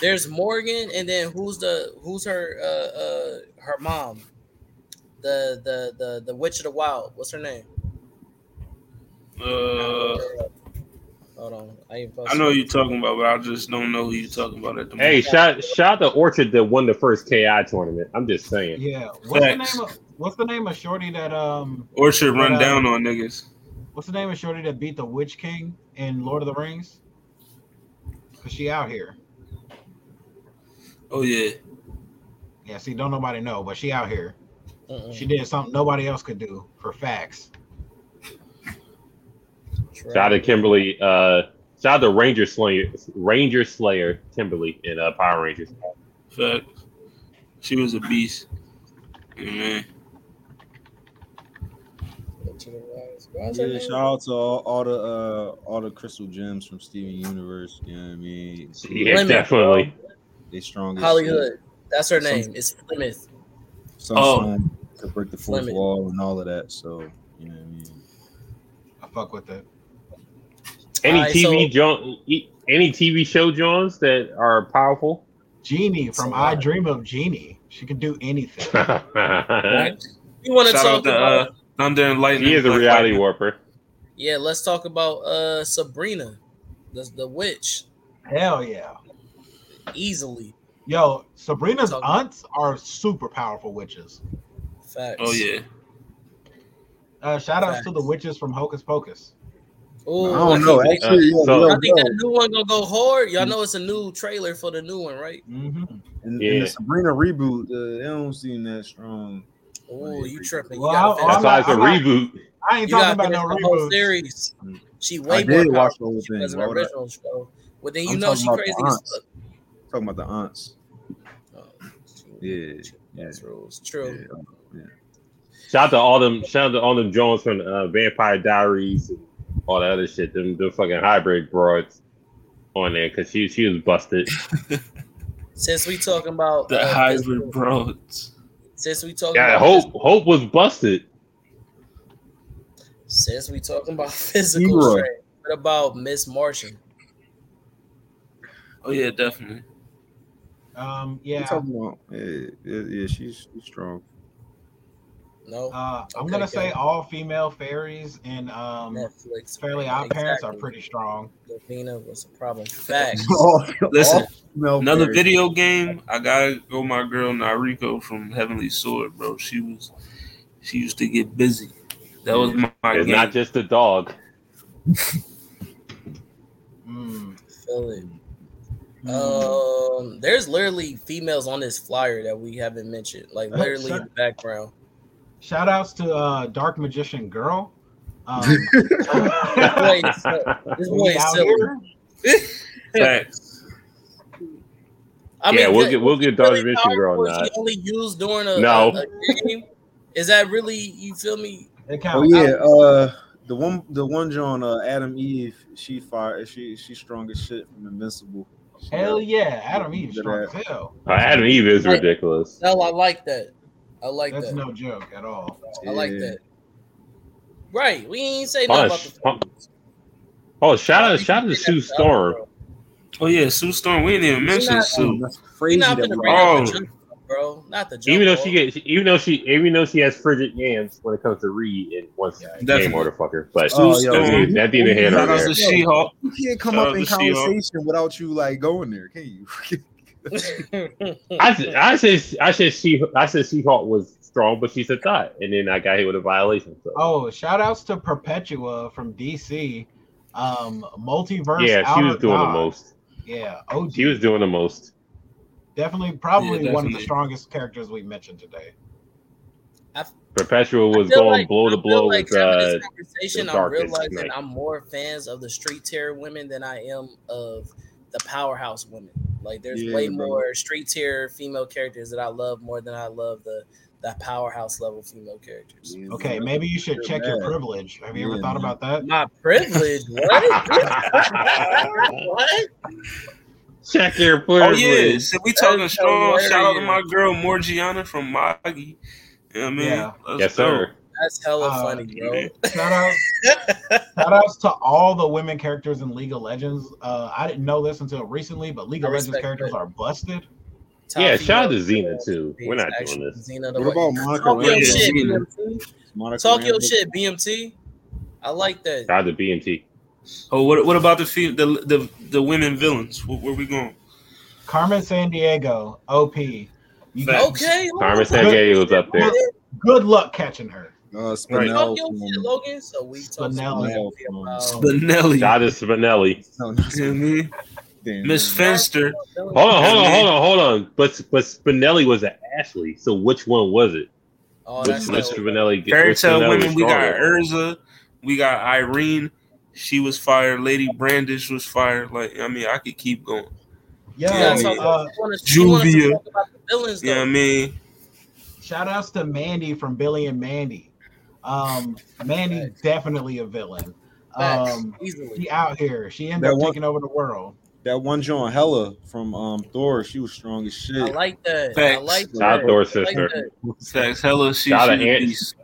There's Morgan, and then who's the who's her uh uh her mom? The the the the Witch of the Wild. What's her name?
Uh
Hold on, I ain't
I know who you're talking about, but I just don't know who you're talking about at the
Hey,
moment.
shout shout out to Orchard that won the first KI tournament. I'm just saying.
Yeah. What's the
Facts.
name of What's the name of Shorty that um
Orchard run
But, uh,
down on niggas.
What's the name of Shorty that beat the Witch King in Lord of the Rings? Cause she out here.
Oh yeah.
Yeah. See, don't nobody know, but she out here.
Mm.
She did something nobody else could do for facts.
Shout out to Kimberly. Uh, shout out to Ranger Slayer, Ranger Slayer Kimberly in uh, Power Rangers.
Fuck. She was a beast. Man.
Yeah, shout out to all, all the uh, all the crystal gems from Steven Universe. You know what I mean?
Yeah, Lemon. definitely.
They strong. as
Hollywood.
shit.
That's her
Some-
name. It's Plymouth.
Some
Oh.
song could break the fourth
Lemon.
wall and all of that. So you know what I mean.
I fuck with that.
Any
Alright,
TV
so-
John, e- any TV show Johns that are powerful.
Genie from I Dream of Genie. She can do anything.
You wanna
Shout
talk
out to
about-
uh, Thunder and Lightning.
He is a
Black
reality
Lightning.
warper.
Yeah, let's talk about uh Sabrina, the the witch,
Hell yeah.
easily.
Yo, Sabrina's aunts are super powerful witches.
Facts.
Oh yeah.
Uh, shout outs to the witches from Hocus Pocus.
Ooh,
I don't know.
think-
Actually, yeah,
I
yeah,
think
yeah.
that new one gonna go hard. Y'all know it's a new trailer for the new one, right?
Mm-hmm.
Mm.
And,
Yeah.
and the Sabrina reboot, uh, they don't seem that strong.
Oh, you tripping? You
Well,
gotta
I-
finish-
I'm not- That's why it's a I'm not- reboot. I ain't
You gotta
talking about no
finish the whole
reboots.
series. She
I
way more
did watch the
powerful than
whole
she was
thing.
in
Why
the
would I-
original show. But then you
I'm
know
talking
she
about the
crazy as
aunts.
fuck.
Talking about the aunts.
Oh,
Yeah, yeah.
rules. True.
Shout out to all them. Shout out to all them Jones from uh, Vampire Diaries and all that other shit. Them, them fucking hybrid broads on there because she she was busted.
Since we talking about uh,
The
hybrid broads.
Since we talking
Yeah,
about
Hope Hope was busted.
Since we talking about physical
Zero.
strength, what about Miss Martian?
Oh yeah, definitely.
Um,
You
yeah.
talking about- yeah, yeah, yeah, she's, she's strong.
No.
Uh, I'm
Okay,
gonna
good.
say all female fairies and um, Fairly Odd Parents are pretty Oh. strong.
Davina was a problem. Facts.
Listen,
no
another
fairy.
video game. I gotta go. My girl Nariko from Heavenly Sword, bro. She was, she used to get busy. That was my, my
It's
game.
not just the dog.
Mm.
Feel it. Um, there's literally females on this flyer that we haven't mentioned, like
Uh,
literally in
sure.
the background.
Shout outs to uh, Dark Magician Girl. Um,
Wait, so- this
we
boy is
out
silly.
here?
Facts.
I
yeah,
mean,
we'll
the-
get we'll get Dark Vision girl
Was
on
she
that.
only used during a,
No.
a- a game? Is that really you feel me?
Oh yeah, uh, the one the one John uh, Adam Eve, she fire. She she's strong as shit from Invincible. She
Hell
got-
yeah, Adam Eve is
Good
strong as
ass.
hell.
Uh, Adam Eve is ridiculous.
No, I like that. I like
That's
that.
no joke at all.
I like that. Right. We ain't say nothing
Punch.
about the
Oh, shout out shout out to Sue Storm.
Oh yeah, Sue Storm. We didn't even mention
not-
Sue.
You're not gonna bring up the
Oh,
jump, bro. Not the jump.
even though
ball.
she gets, even though she, even though she has frigid yams when it comes to Reed and wants game
Definitely.
motherfucker, but
Oh, yo,
that's neither- that's neither here nor
Shout out
there.
to
She-Hulk.
You can't come
Shout
up
out
in
to She-Hulk.
conversation without you like going there, can you?
I, s- I said, I said she, I said she Hulk was strong, but she's a thought, and then I got hit with a violation. So
Oh, shout outs to Perpetua from DC. Um, multiverse.
yeah, she
Outer
was doing the
God.
most.
Yeah, OG.
She was doing the most.
Definitely, probably one of the
definitely.
strongest characters we mentioned today.
Perpetual
I
was
feel
going
like-
blow
I
to
feel
blow
like
with
having
uh,
this conversation,
the
I'm
darkest
realizing
night.
I'm more fans of the street tier women than I am of the powerhouse women. Like there's
Yeah,
way
bro.
more street tier female characters that I love more than I love the that powerhouse level female characters.
Okay, maybe you should check your privilege. Have you ever
Yeah,
thought
man.
about that?
Mm.
My privilege. What? what?
Check your
Oh
privilege.
yeah, so we talking
That's
strong. Shout out to my
hilarious.
girl Morgiana from Moggy. You know what I mean?
Yeah.
Let's
Yes,
go.
sir.
That's hella
Ah,
funny, bro.
Shout out, shout outs to all the women characters in League of Legends. Uh, I didn't know this until recently, but League of Legends characters are busted.
Yeah, shout out to Xena too. We're not doing this.
Xena the
What
White.
about Monica
Talk your
Rambeau?
shit,
Yeah.
BMT.
Monica
Talk your
Rambeau?
shit, BMT. I like that.
Shout out to BMT.
Oh, what what about the fe- the the the women villains? Where, where we going?
Carmen San Diego, OP. You
Okay, hold
Carmen
on.
San was up there.
Good luck catching her.
Uh, um,
Talk your shit, Logan. So we talk
Spinelli.
about
Shout out to Spinelli.
No, no.
You know what I mean?
Finster.
Miss Finster.
Hold on, hold on, hold on, hold on. But but Spinelli was an Ashley, so which one was it?
Oh,
which,
that's
which
dope.
Spinelli get-
Fairy
which
Tale
Spinelli
Women, we got
stronger?
Urza, we got Irene. She was fired. Lady Brandish was fired. Like, I mean, I could keep going.
Yeah,
You know what I mean?
uh,
Juvia.
villains,
You know what I mean?
Shout outs to Mandy from Billy and Mandy. Um, Mandy definitely a villain.
Facts.
Um,
Easily.
she out here. She ended
That
up
one-
taking over the world.
That one John Hella from um Thor, she was strong as shit.
I like that. I
Facts.
like that.
Not Thor's
I like
sister.
that.
Sex, hella, she, she
Shout out
the
Ant-
beast.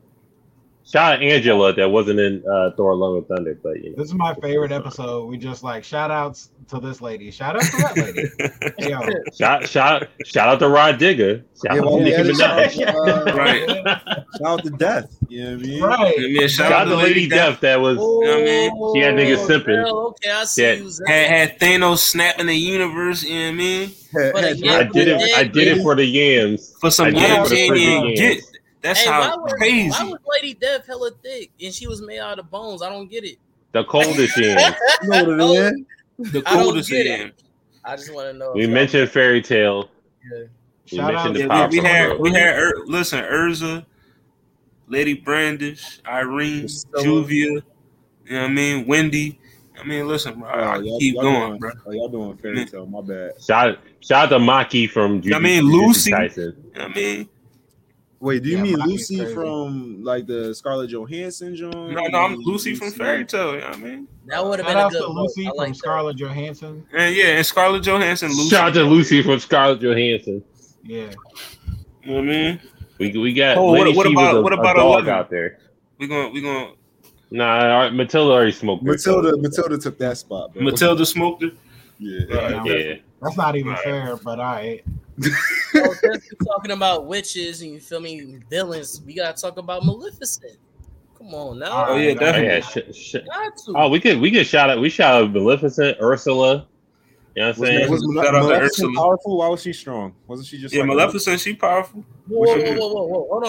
Shout out Angela that wasn't in uh, Thor: Love and Thunder, but you know.
This is my favorite episode. We just like shout outs to this lady. Shout out to that lady. Yo,
Shout shout shout out to Rod Digger. Shout
Yeah,
out
well,
to
we
Nicki
had it,
Minaj.
uh,
Right.
shout out to death. You know what I mean?
right.
I mean,
Shout out to Lady Death that was
You know what I mean?
she had
Oh,
niggas
Well,
simping.
Oh, Okay, I see
Yeah.
you. Zach.
Had, had Thanos snapping the universe, you know what I mean?
Had-
But
had
again-
I did it. I did it for the yams.
For some
I did it
yams
for the
you ain't
freaking
even
yams.
get. That's
Hey, why
how
was,
crazy.
why was Lady Death hella thick and she was made out of bones? I don't get it.
The coldest yams.
You know what it is?
the
I don't
coldest
get it.
yams.
I just want to know.
We
if y'all-
mentioned fairy tale.
Yeah.
We
Shout out
mentioned
to-
the
Yeah,
pop.
we, we had
song.
we had Ur, listen Urza, Lady Brandish, Irene,
Priscilla.
Juvia. You know what I mean? Wendy. I mean, listen, bro, I
Oh,
can
y'all,
Ah, keep
y'all
going,
doing,
bro.
Oh, y'all doing fairy tale? My bad.
Shout shout out to Maki from. Jujutsu-
I mean,
Jujutsu
Lucy.
Kaisen.
You know what I mean,
Wait, do you
Yeah,
mean
Maki's
Lucy
crazy.
from like the Scarlett Johansson? John?
no, no, I'm Lucy from Fairy Tale. You know what I mean,
That would have
Shout
been a
out
good
to
look.
Lucy
I like
from
that.
Scarlett Johansson.
and yeah, and Scarlett Johansson, Lucy.
Shout out to Lucy from Scarlett Johansson.
Yeah.
You know what I mean?
We we got.
Oh,
Lady
what- what
She
about-
was a,
what
a
about
dog
11?
out there?
We gonna we gonna
Nah, all right, Matilda already smoked. her, so-
Matilda, Matilda took that spot, bro.
Matilda smoked it.
yeah.
Right.
Yeah.
That's not even
Oh, Right.
fair, but all right.
So Oh, since we're talking about witches and you feel me, villains, we gotta talk about Maleficent. Come on now.
Oh yeah,
Oh,
definitely.
yeah. Sh- sh-
Got to.
oh, we could we could shout out. We shout out Maleficent, Ursula. You know what I'm saying?
Was, was
Shout out to
Maleficent
Ursula.
powerful? Why was she strong? Wasn't she just
Yeah,
like
Maleficent, she powerful.
whoa, whoa, whoa, whoa, whoa, hold on,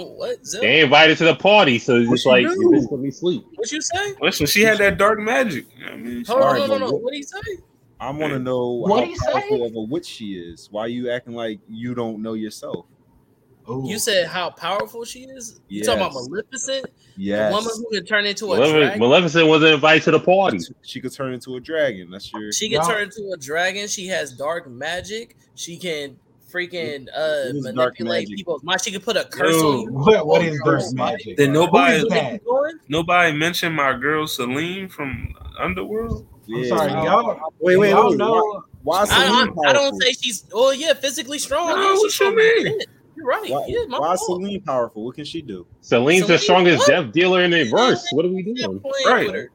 hold on. What? Zip?
They invited to the party, so it's
What
just
she
like
do?
you just let me sleep.
What you say?
Listen, she had that dark magic. You know what I mean,
Hold on,
Alright,
no, no,
but
no.
what-
What do you say?
I want to know
What'd he
how powerful
say?
of a witch she is. Why you acting like you don't know yourself?
Ooh.
You said how powerful she is. You
Yes.
talking about Maleficent,
Yes,
the woman who can turn into a
Maleficent,
dragon?
Maleficent wasn't invited to the party.
she could turn into a dragon. That's your
She can
Y'all-
turn into a dragon. She has dark magic. She can freaking uh
What is dark
manipulate
magic?
people's mind. She can put a curse
Yo.
on you.
What, what is
Oh,
dark
girl,
magic?
Then
Who is
nobody
that?
Going?
nobody mentioned my girl Celine from Underworld.
I'm
Yeah.
sorry, y'all.
Wait, wait,
y'all
wait.
know.
Why, why
I,
Celine
don't- I, I don't
powerful?
say she's oh yeah, physically strong.
No,
yeah, she's
what you
strong
mean?
as shit. You're right.
Why,
yeah, my
why
fault.
Celine powerful? What can she do?
Celine's the
Celine,
strongest
what?
death dealer in the verse. What are we
Yeah,
doing?
playing
Right.
with her.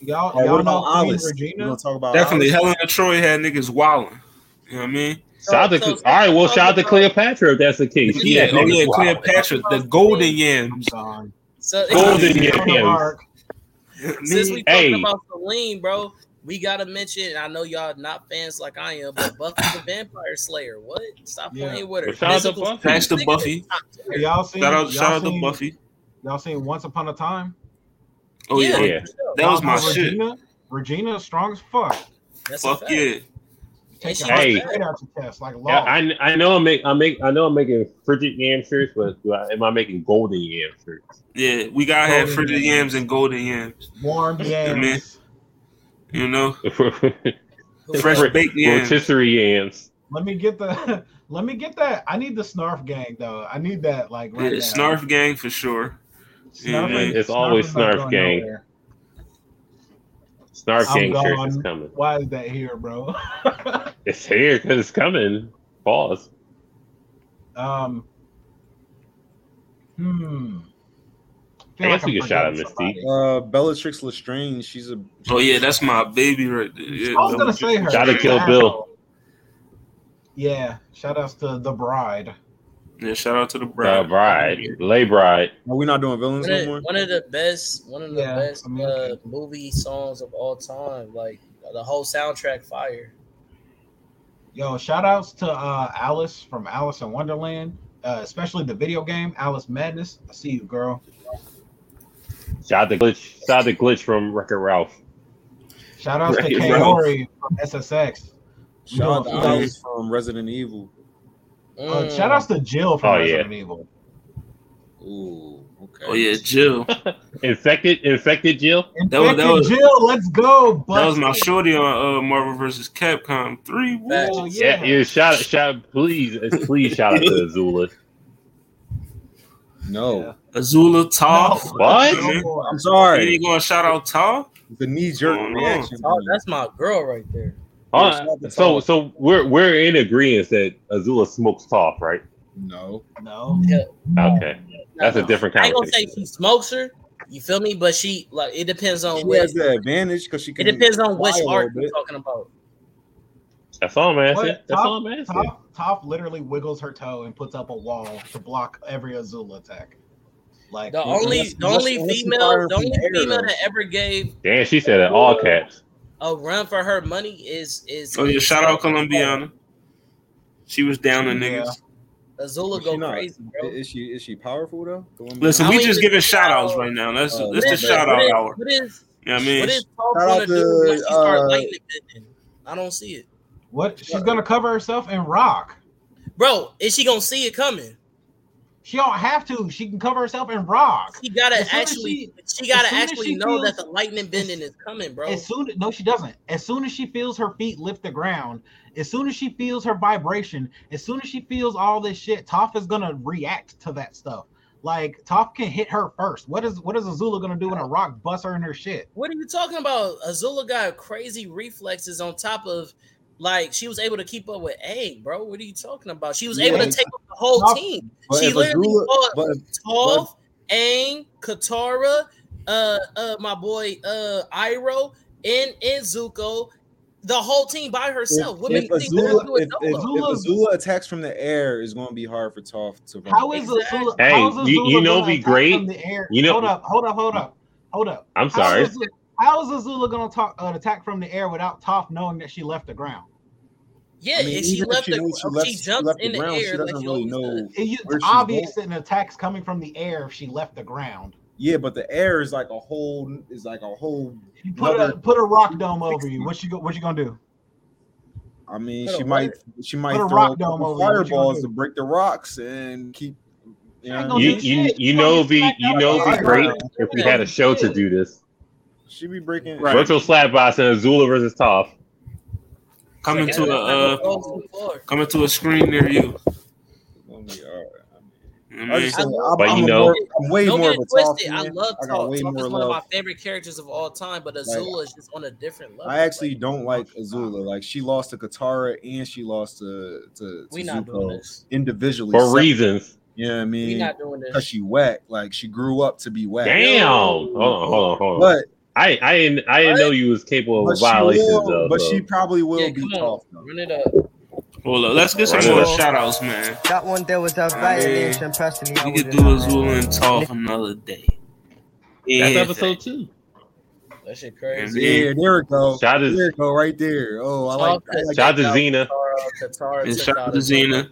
Y'all,
Or
y'all
what
know
about
Queen
Alice? We
Regina.
gonna talk about
Uh,
Definitely,
Alice?
Helena Troy had niggas wilding. You know what I mean?
Shout out
So-
to
so-
all right. Well, shout out to
so-
Cleopatra if that's the case. She
Yeah,
had
oh
niggas
yeah,
wilding.
Cleopatra, the golden
I'm
yams.
sorry.
So
Golden
She's on the
yams.
arc.
since we
Hey.
talking about Celine, bro, we gotta mention. and I know y'all not fans like I am, but Buffy the Vampire Slayer. What? Stop
Yeah.
playing with her.
Shout out to
Physical-
Buffy.
Thanks to Buffy.
Top tier.
Y'all seen?
Shout out,
y'all
shout out to
seen-
Buffy.
Y'all seen Once Upon a Time?
Oh yeah,
Yeah.
for sure.
that was
Y'all
my
know
shit.
Regina? Regina is strong as fuck.
That's a
Fuck
fact.
yeah.
And she was
Taking her
Hey.
bad.
straight out your chest like law.
Yeah, I, I know I'm make, I make I know I'm making frigid yam shirts, but do I, am I making golden yam shirts?
Yeah, we gotta have
Golden
frigid
yams.
yams and golden yams.
Warm
man.
yams.
You know,
Who
fresh
else?
baked yams.
Rotisserie yams.
Let me get the. Let me get that. I need the snarf gang though. I need that like
Yeah,
right now.
Snarf gang for sure.
Snarf
Yeah,
ain't-
it's always
ain't
snarf
going
gang.
nowhere.
Snarf
I'm
Gang shirts
gone.
is coming.
Why is that here, bro?
It's here because it's coming. Pause.
um. Hmm.
I guess we can shout out Mystique.
Uh, Bellatrix Lestrange. She's a
Oh yeah, that's my baby right there.
I
Yeah,
was gonna say her.
Shout out to Kill
Wow.
Bill.
Yeah, shout outs to the bride.
Yeah, shout out to the
Uh,
bride.
bride, lay bride.
Are we not doing villains
One
no
of,
more?
one of the best, one of the
Yeah,
best uh,
American.
movie songs of all time. Like the whole soundtrack, fire.
Yo, shout outs to uh, Alice from Alice in Wonderland, uh, especially the video game Alice Madness. I see you, girl.
Shout out to glitch. Shout out to glitch from Wreck-It Ralph.
Shout outs to
Right,
K.
bro.
Ori from SSX. We
Sean
doing-
Dollars from Resident Evil.
Uh,
Mm.
shout
Mm.
outs to Jill from
Oh, yeah.
Resident Evil.
Ooh, okay.
Oh yeah, Jill.
infected, infected Jill.
That was that was,
Jill, let's go.
that was my
Buster.
shorty on uh, Marvel vs. Capcom three.
Oh,
Yeah, yeah. Shout, shout, please, uh, please shout out to Azula.
No.
Azula Tall.
What?
I'm sorry.
You ain't gonna shout out Tall?
The knee jerk
Oh, no.
reaction.
Oh, that's my girl right there.
Uh, so, so we're we're in agreement that Azula smokes Toph, right?
No.
No.
Yeah.
Okay, that's a different
I ain't gonna
conversation.
say she smokes her. You feel me? But she like it depends on
She
what
has the advantage because she
it
can.
depends on which
fly a
art
little
you're
bit.
talking about.
That's all, man.
What?
That's all,
Toph,
man.
Toph, Toph literally wiggles her toe and puts up a wall to block every Azula attack. Like
The only the only
unless you
female
firing
the
from
only
the air,
female
though.
that ever gave
Damn, she said it all caps.
a run for her money is is
Oh yeah,
is-
shout out Columbiana. She was down to
Yeah.
niggas.
Azula
Is she
go
not-
crazy, bro.
Is she is she powerful though? The woman-
Listen,
I
we
mean,
just
it's-
giving shout outs right now. Let's
Oh,
let's
man.
just shout out hour.
What is
You know what I
what
mean?
is Paul
Shout
gonna
out
do when she
to,
start
uh,
lightning bending? I don't see it,
What? She's gonna cover herself in rock.
bro. Is she gonna see it coming?
She don't have to. She can cover herself in rock.
She gotta
As soon as
actually, she,
as
gotta
soon as
actually
she
know that
feels-
the lightning bending is coming, bro.
As soon no, she doesn't. As soon as she feels her feet lift the ground, as soon as she feels her vibration, as soon as she feels all this shit, Toph is gonna react to that stuff. Like Toph can hit her first. What is what is Azula gonna do when a rock busts her in her shit?
What are you talking about? Azula got crazy reflexes on top of like she was able to keep up with A, bro. What are you talking about? She was able to
Yeah.
take up the whole
Not-
team.
But
She
if
literally
Azula-
fought
but if-
Toph, Aang, Katara, uh, uh, my boy, uh, Iroh, and and Zuko, the whole team by herself. What
if,
makes you think they're
Azula,
gonna do
if,
it
if,
solo?
if Azula attacks from the air, it's going to be hard for Toph to run.
How is Azula?
Exactly.
how is
Hey, you- you
Azula
know
gonna
be
attack
great.
from the air?
You know-
hold up, hold up, hold up, hold up.
I'm
How
sorry.
is Azula- How is Azula gonna talk uh, attack from the air without Toph knowing that she left the ground?
yeah,
I mean,
if she
even if
left
she
the,
knows she
if
left-
she
she
jumps
left the
in the
ground, she
air, like
doesn't
she always
really know
does.
It- It's
Where she's
obvious that an attack's coming from the air if she left the ground.
Yeah, but the air is like a whole is like a whole.
You put a
Another-
put a rock dome over you. What you go, what you gonna do?
I mean,
Put
she
a
might she might
Put a
throw
rock
a
dome
couple
over it, what you gonna
fireballs
do?
to break the rocks and keep. You know,
ain't
what I
gonna
You
mean?
do
you
shit.
you know it'd be you know it'd
Alright,
be great
alright.
if we had a show to do this.
she be breaking.
Right.
Virtual Slapbox and Azula versus Toph.
Coming
Like,
to
that's
a
not
uh,
gonna go too far.
coming to a screen near you.
It's gonna be all right. I
You know
mean, I
what I mean?
just say,
I-
I'm,
But
I'm
you
a
know-
more, I'm way
Don't
more
get
of a
it
Toph
twisted. I
fan.
love
I got
Toph.
way
Toph is
more
one of my
love.
favorite characters of all time, but Azula is just on a different level.
I actually
Like,
don't like Azula. Like she lost to Katara and she lost to to, to
we not doing
Zuko
this.
individually.
For
separate,
reasons.
you know what I
We
mean?
not doing
Because
this.
she whack. Like she grew up to be whack.
Damn. Hold on, hold on, hold on.
But
I I didn't I didn't
What?
know you was capable
but
of uh,
she
violations
will,
though.
but
so.
she probably will
Yeah,
be
come
Toph.
on,
though.
run it up.
Well, uh, let's get some
Right
more
up.
shout outs, man.
That one there was a violation, personally. I
We could
wouldn't
do
know, man.
Azula and Toph another day. Yeah,
That's episode two.
That shit
And
crazy.
then
Yeah, there it go.
Shout out
There
to
it go, right there. Oh, I like. I like
shout out to Xena.
Katara,
and
took
shout
out
out to Xena.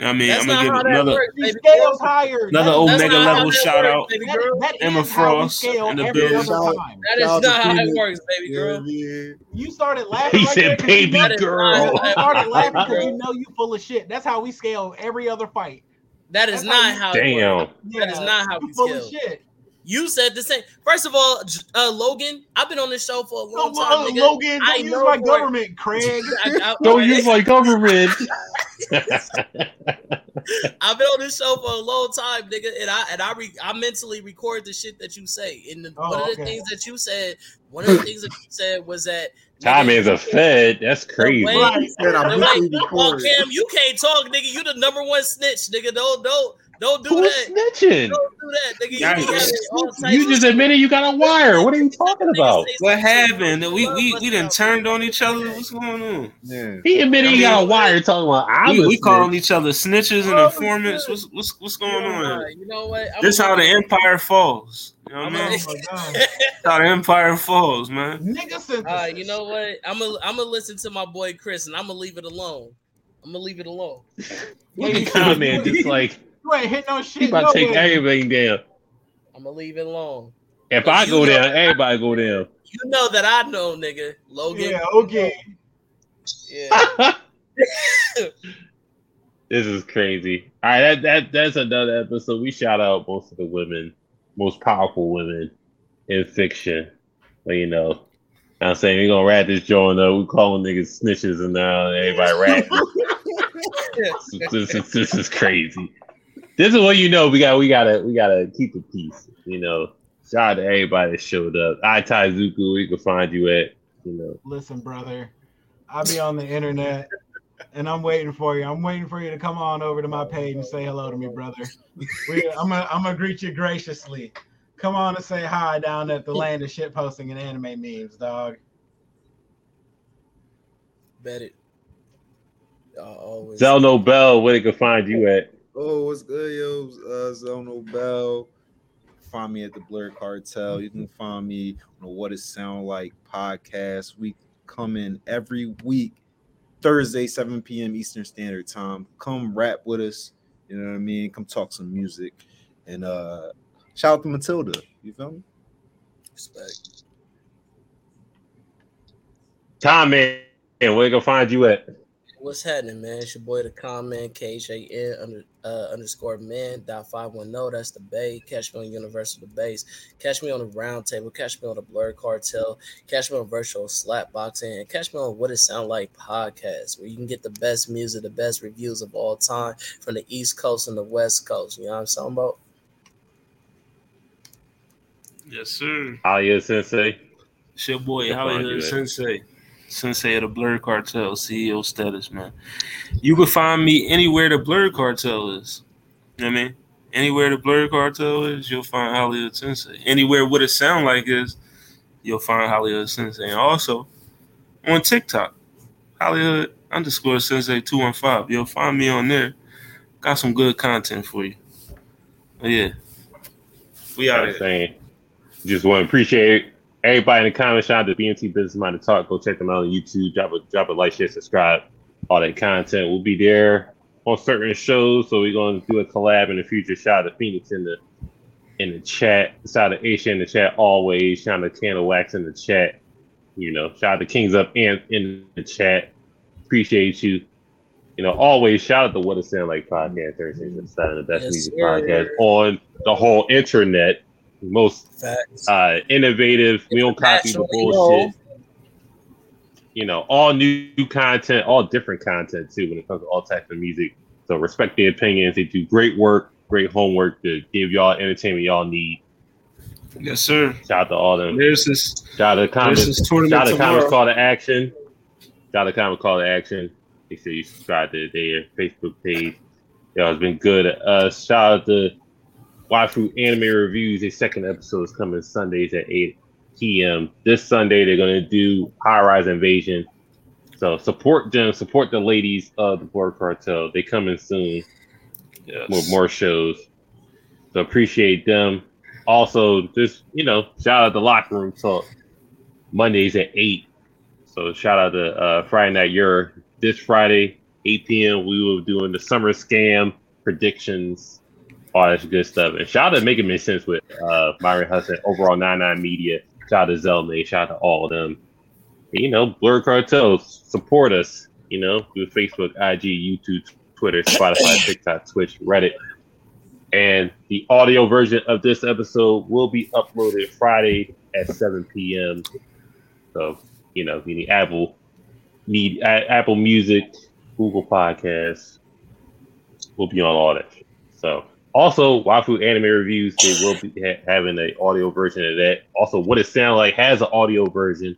I mean,
That's
I'm
not
gonna give
how that
another
works,
She
baby
scales
girl.
higher.
another
That is-
That's
Omega
not how
level
that
shout
works,
out.
baby
That,
girl.
that
Emma
is how we
Frost
scale
and the
every
Biz.
other
That
time.
Shout-
is
Shout
not
out to
how it
Xena.
works, baby
Yeah,
girl.
yeah.
You started laughing.
He
right
said,
there 'cause you
"Baby
know-
That is
girl."
not
You
how
started
it works, baby
laughing because
girl.
you know you full of shit. That's how we scale every other fight.
That is
That's
not
how
how it works.
Damn.
That is not how
you
we
full of
scale.
shit.
You said the same. First of all, J- uh, Logan, I've been on this show for a
No,
long
uh,
time. nigga.
Logan,
I
don't use
know
my
for-
government, Craig.
I- I-
Don't use my government.
I've been on this show for a long time, nigga, and I and I re, I mentally record the shit that you say. And the,
Oh,
one of the
okay.
things that you said, one of the things that you said was that
Time
nigga,
is a fed. That's crazy.
The way-
Said I'm
the
mentally
way- well,
recorded.
Cam, you can't talk, nigga. You the number one snitch, nigga. Don't don't don't do
Who's
that.
snitching?
Don't do that, nigga. You, be
Yikes.
having all types
You
of
just
shit.
admitted you got a wire. What are you talking
Nigga
about?
say some
What
shit.
happened? We
Love
we
us
we done
out.
turned on each other. What's going on?
Yeah.
He admitted he got a wire talking about I'm
We,
a
we calling
snitch.
each other snitches and
Oh,
informants.
shit.
What's what's what's
You
going
know
on?
what? You know what? I'm
This how the empire falls. You know what I
I'm a-
mean? This
Oh my God.
how the empire falls, man.
Nigga synthesis.
Uh, you know what? I'm gonna I'm gonna listen to my boy Chris, and I'm gonna leave it alone. I'm gonna leave it alone.
Look at Con Man just like
you ain't hit no shit.
he about to take
nowhere.
everything down.
I'm gonna leave it alone.
If I go down, everybody go down.
You know that I know, nigga. Logan.
Yeah, okay.
Yeah.
This is crazy. All right, that, that that's another episode. We shout out most of the women, most powerful women in fiction. But you know, I'm saying we're gonna rat this joint up. We calling niggas snitches and now everybody ratting. this, is, this is crazy. This is what you know. We got we gotta we gotta keep the peace. You know, shout out to everybody that showed up. I Taizuku, we can find you at. You know,
Listen, brother, I'll be on the internet and I'm waiting for you. I'm waiting for you to come on over to my page and say hello to me, brother. We, I'm gonna I'm gonna greet you graciously. Come on and say hi down at the land of shit posting and anime memes, dog.
Bet it. I always
Zell Nobel, where they can find you at.
Oh, what's good, yo? Uh, Zono Bell. Find me at the Blur Cartel. You can find me on the What It Sound Like podcast. We come in every week, Thursday, 7 p.m. Eastern Standard Time. Come rap with us. You know what I mean? Come talk some music. And uh shout out to Matilda. You feel me?
Respect.
Tom man, where they can find you at.
What's happening, man? It's your boy the comment KHAN under, uh, underscore man dot five one zero. That's the Bay. Catch me on Universal the Base. Catch me on the Round Table. Catch me on the Blur Cartel. Catch me on Virtual Slap Boxing. And catch me on What It Sound Like podcast, where you can get the best music, the best reviews of all time from the East Coast and the West Coast. You know what I'm talking about?
Yes, sir.
Alia Sensei.
It's your boy,
Can find you at.
Hollywood Sensei. Sensei of the Blur Cartel, CEO status, man. You can find me anywhere the Blur Cartel is. You know what I mean? Anywhere the Blur Cartel is, you'll find Hollywood Sensei. Anywhere what it sound like is, you'll find Hollywood Sensei. And also, on TikTok, Hollywood underscore Sensei 215. You'll find me on there. Got some good content for you. But yeah. We out
I'm saying. Just want to appreciate everybody in the comments. Shout out to BMT Business Minded Talk. Go check them out on YouTube. Drop a drop a like, share, subscribe. All that content. We'll be there on certain shows. So we're gonna do a collab in the future. Shout out to Phoenix in the in the chat. Shout out to Asia in the chat always. Shout out to Candle Wax in the chat. You know, shout out to Kings Up and in the chat. Appreciate you. You know, always shout out to What It Sound Like Podcast, Thursdays and Saturday, the best
Yes,
music
sir.
podcast on the whole internet. Most
Facts.
uh, innovative. We don't copy the
International,
bullshit. You know, all new content, all different content too, when it comes to all types of music. So respect their opinions. They do great work, great homework to give y'all entertainment y'all need.
Yes, sir.
Shout out to all them.
There's this
Shout out to
There's
comments.
this tournament
Shout out to
tomorrow.
comments call to action. Shout out to comment call to action. Make sure you subscribe to their Facebook page. Y'all has been good. Uh, shout out to Waifu Anime Reviews. Their second episode is coming Sundays at 8 p.m. This Sunday they're gonna do High Rise Invasion. So support them. Support the ladies of the Board Cartel. They coming soon
yes.
more more shows. So appreciate them. Also, just you know, shout out to locker room talk Mondays at eight. So shout out to uh, Friday night. Your this Friday eight p.m. We will be doing the summer scam predictions, all that good stuff. And shout out to Making Me Sense with uh, Myron Hudson, overall nine nine media. Shout out to Zelmay. Shout out to all of them. And, you know, Blur Cartel support us. You know, through Facebook, IG, YouTube, Twitter, Spotify, TikTok, Twitch, Reddit. And the audio version of this episode will be uploaded Friday at 7 p.m. So, you know, if you need Apple, need A- Apple Music, Google Podcasts, we'll be on all that. shit. So, also, Wafu Anime Reviews, they will be ha- having an audio version of that. Also, What It Sound Like has an audio version.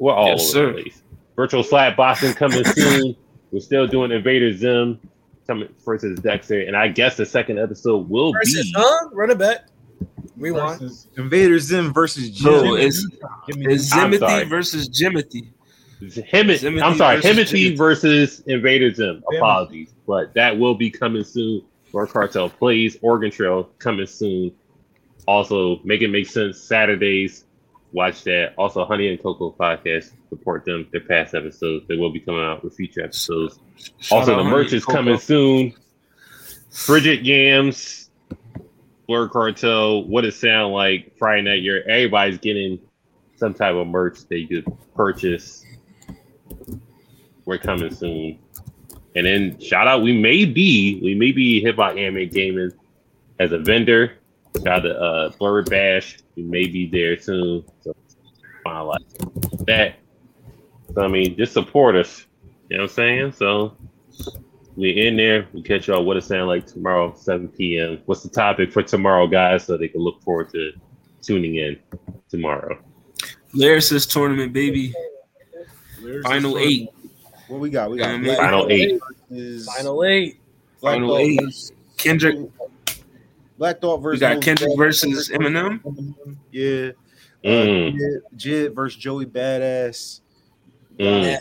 We're all
Yes,
over the
sir.
place. Virtual Slap Boston coming soon. We're still doing Invader Zim coming versus Dexter, and I guess the second episode will
Versus,
be
huh? Run it back. Rewind.
Versus
Invader Zim versus Jim.
No, it's,
Give me
it's
I'm sorry.
Zimothy versus Jimothy.
him. I'm
Zimothy
sorry,
versus
Himothy
Jimothy.
versus Invader Zim. Apologies, but that will be coming soon. Or Cartel plays Oregon Trail coming soon. Also, make it make sense Saturdays. Watch that. Also, Honey and Cocoa podcast support them. Their past episodes. They will be coming out with future episodes.
Shout
also,
out
the
Honey
merch is
Coco.
coming soon. Bridget Yams Blur Cartel, what it sound like Friday night. You're everybody's getting some type of merch they could purchase. We're coming soon. And then shout out, we may be we may be hit by Anime Gaming as a vendor. Shout out to uh, Blur Bash, we may be there soon. So finalize that. So, I mean, just support us. You know what I'm saying? So we in there. We catch y'all what it sound like tomorrow, 7 p.m. What's the topic for tomorrow, guys? So they can look forward to tuning in tomorrow.
Lyricist tournament, baby. Final eight.
What we got? We
Yeah,
got
man. Final eight.
Is
Final eight.
Black
Final
Thought
eight.
versus-
Kendrick.
Black Thought
We
versus
got
Mos
Kendrick
Def.
versus Eminem.
Yeah. Uh,
Mm.
Jid, Jid versus Joey Badass.
Mm.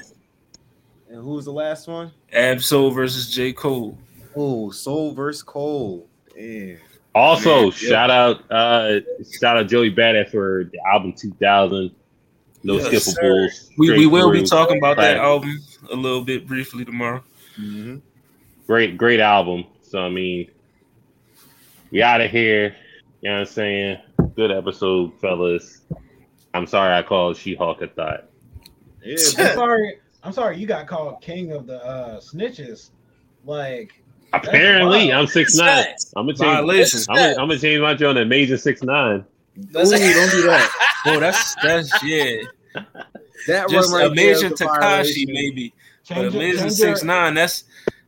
And who was the last one?
Absol versus J. Cole.
Oh, Soul versus Cole. Damn.
Also,
Yeah.
shout out uh shout out Joey Badass for the album 2000. No
Yes,
skippables.
sir. We, we
straight
will be
through.
talking about
Classic.
that album a little bit briefly tomorrow. Mm-hmm.
great, great album. So I mean, we out of here. You know what I'm saying? Good episode, fellas. I'm sorry I called She Hulk a thought.
I'm sorry. I'm sorry. You got called king of the uh, snitches. Like
Apparently, I'm six nine. I'm gonna
Violation.
change. I'm gonna, I'm gonna change my joint to Amazing Six Nine.
Ooh, don't do that.
Bro, that's that's yeah.
That
Just
one right there
Amazing
is a violation.
Takashi, maybe. But
Change your-
Amazing
change your-
Six Nine, that's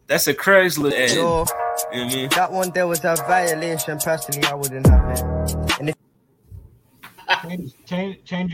that's a Craigslist ad. You know
Yo.
what I mean?
That one there was a violation. Personally, I wouldn't have it. And if
change, change, change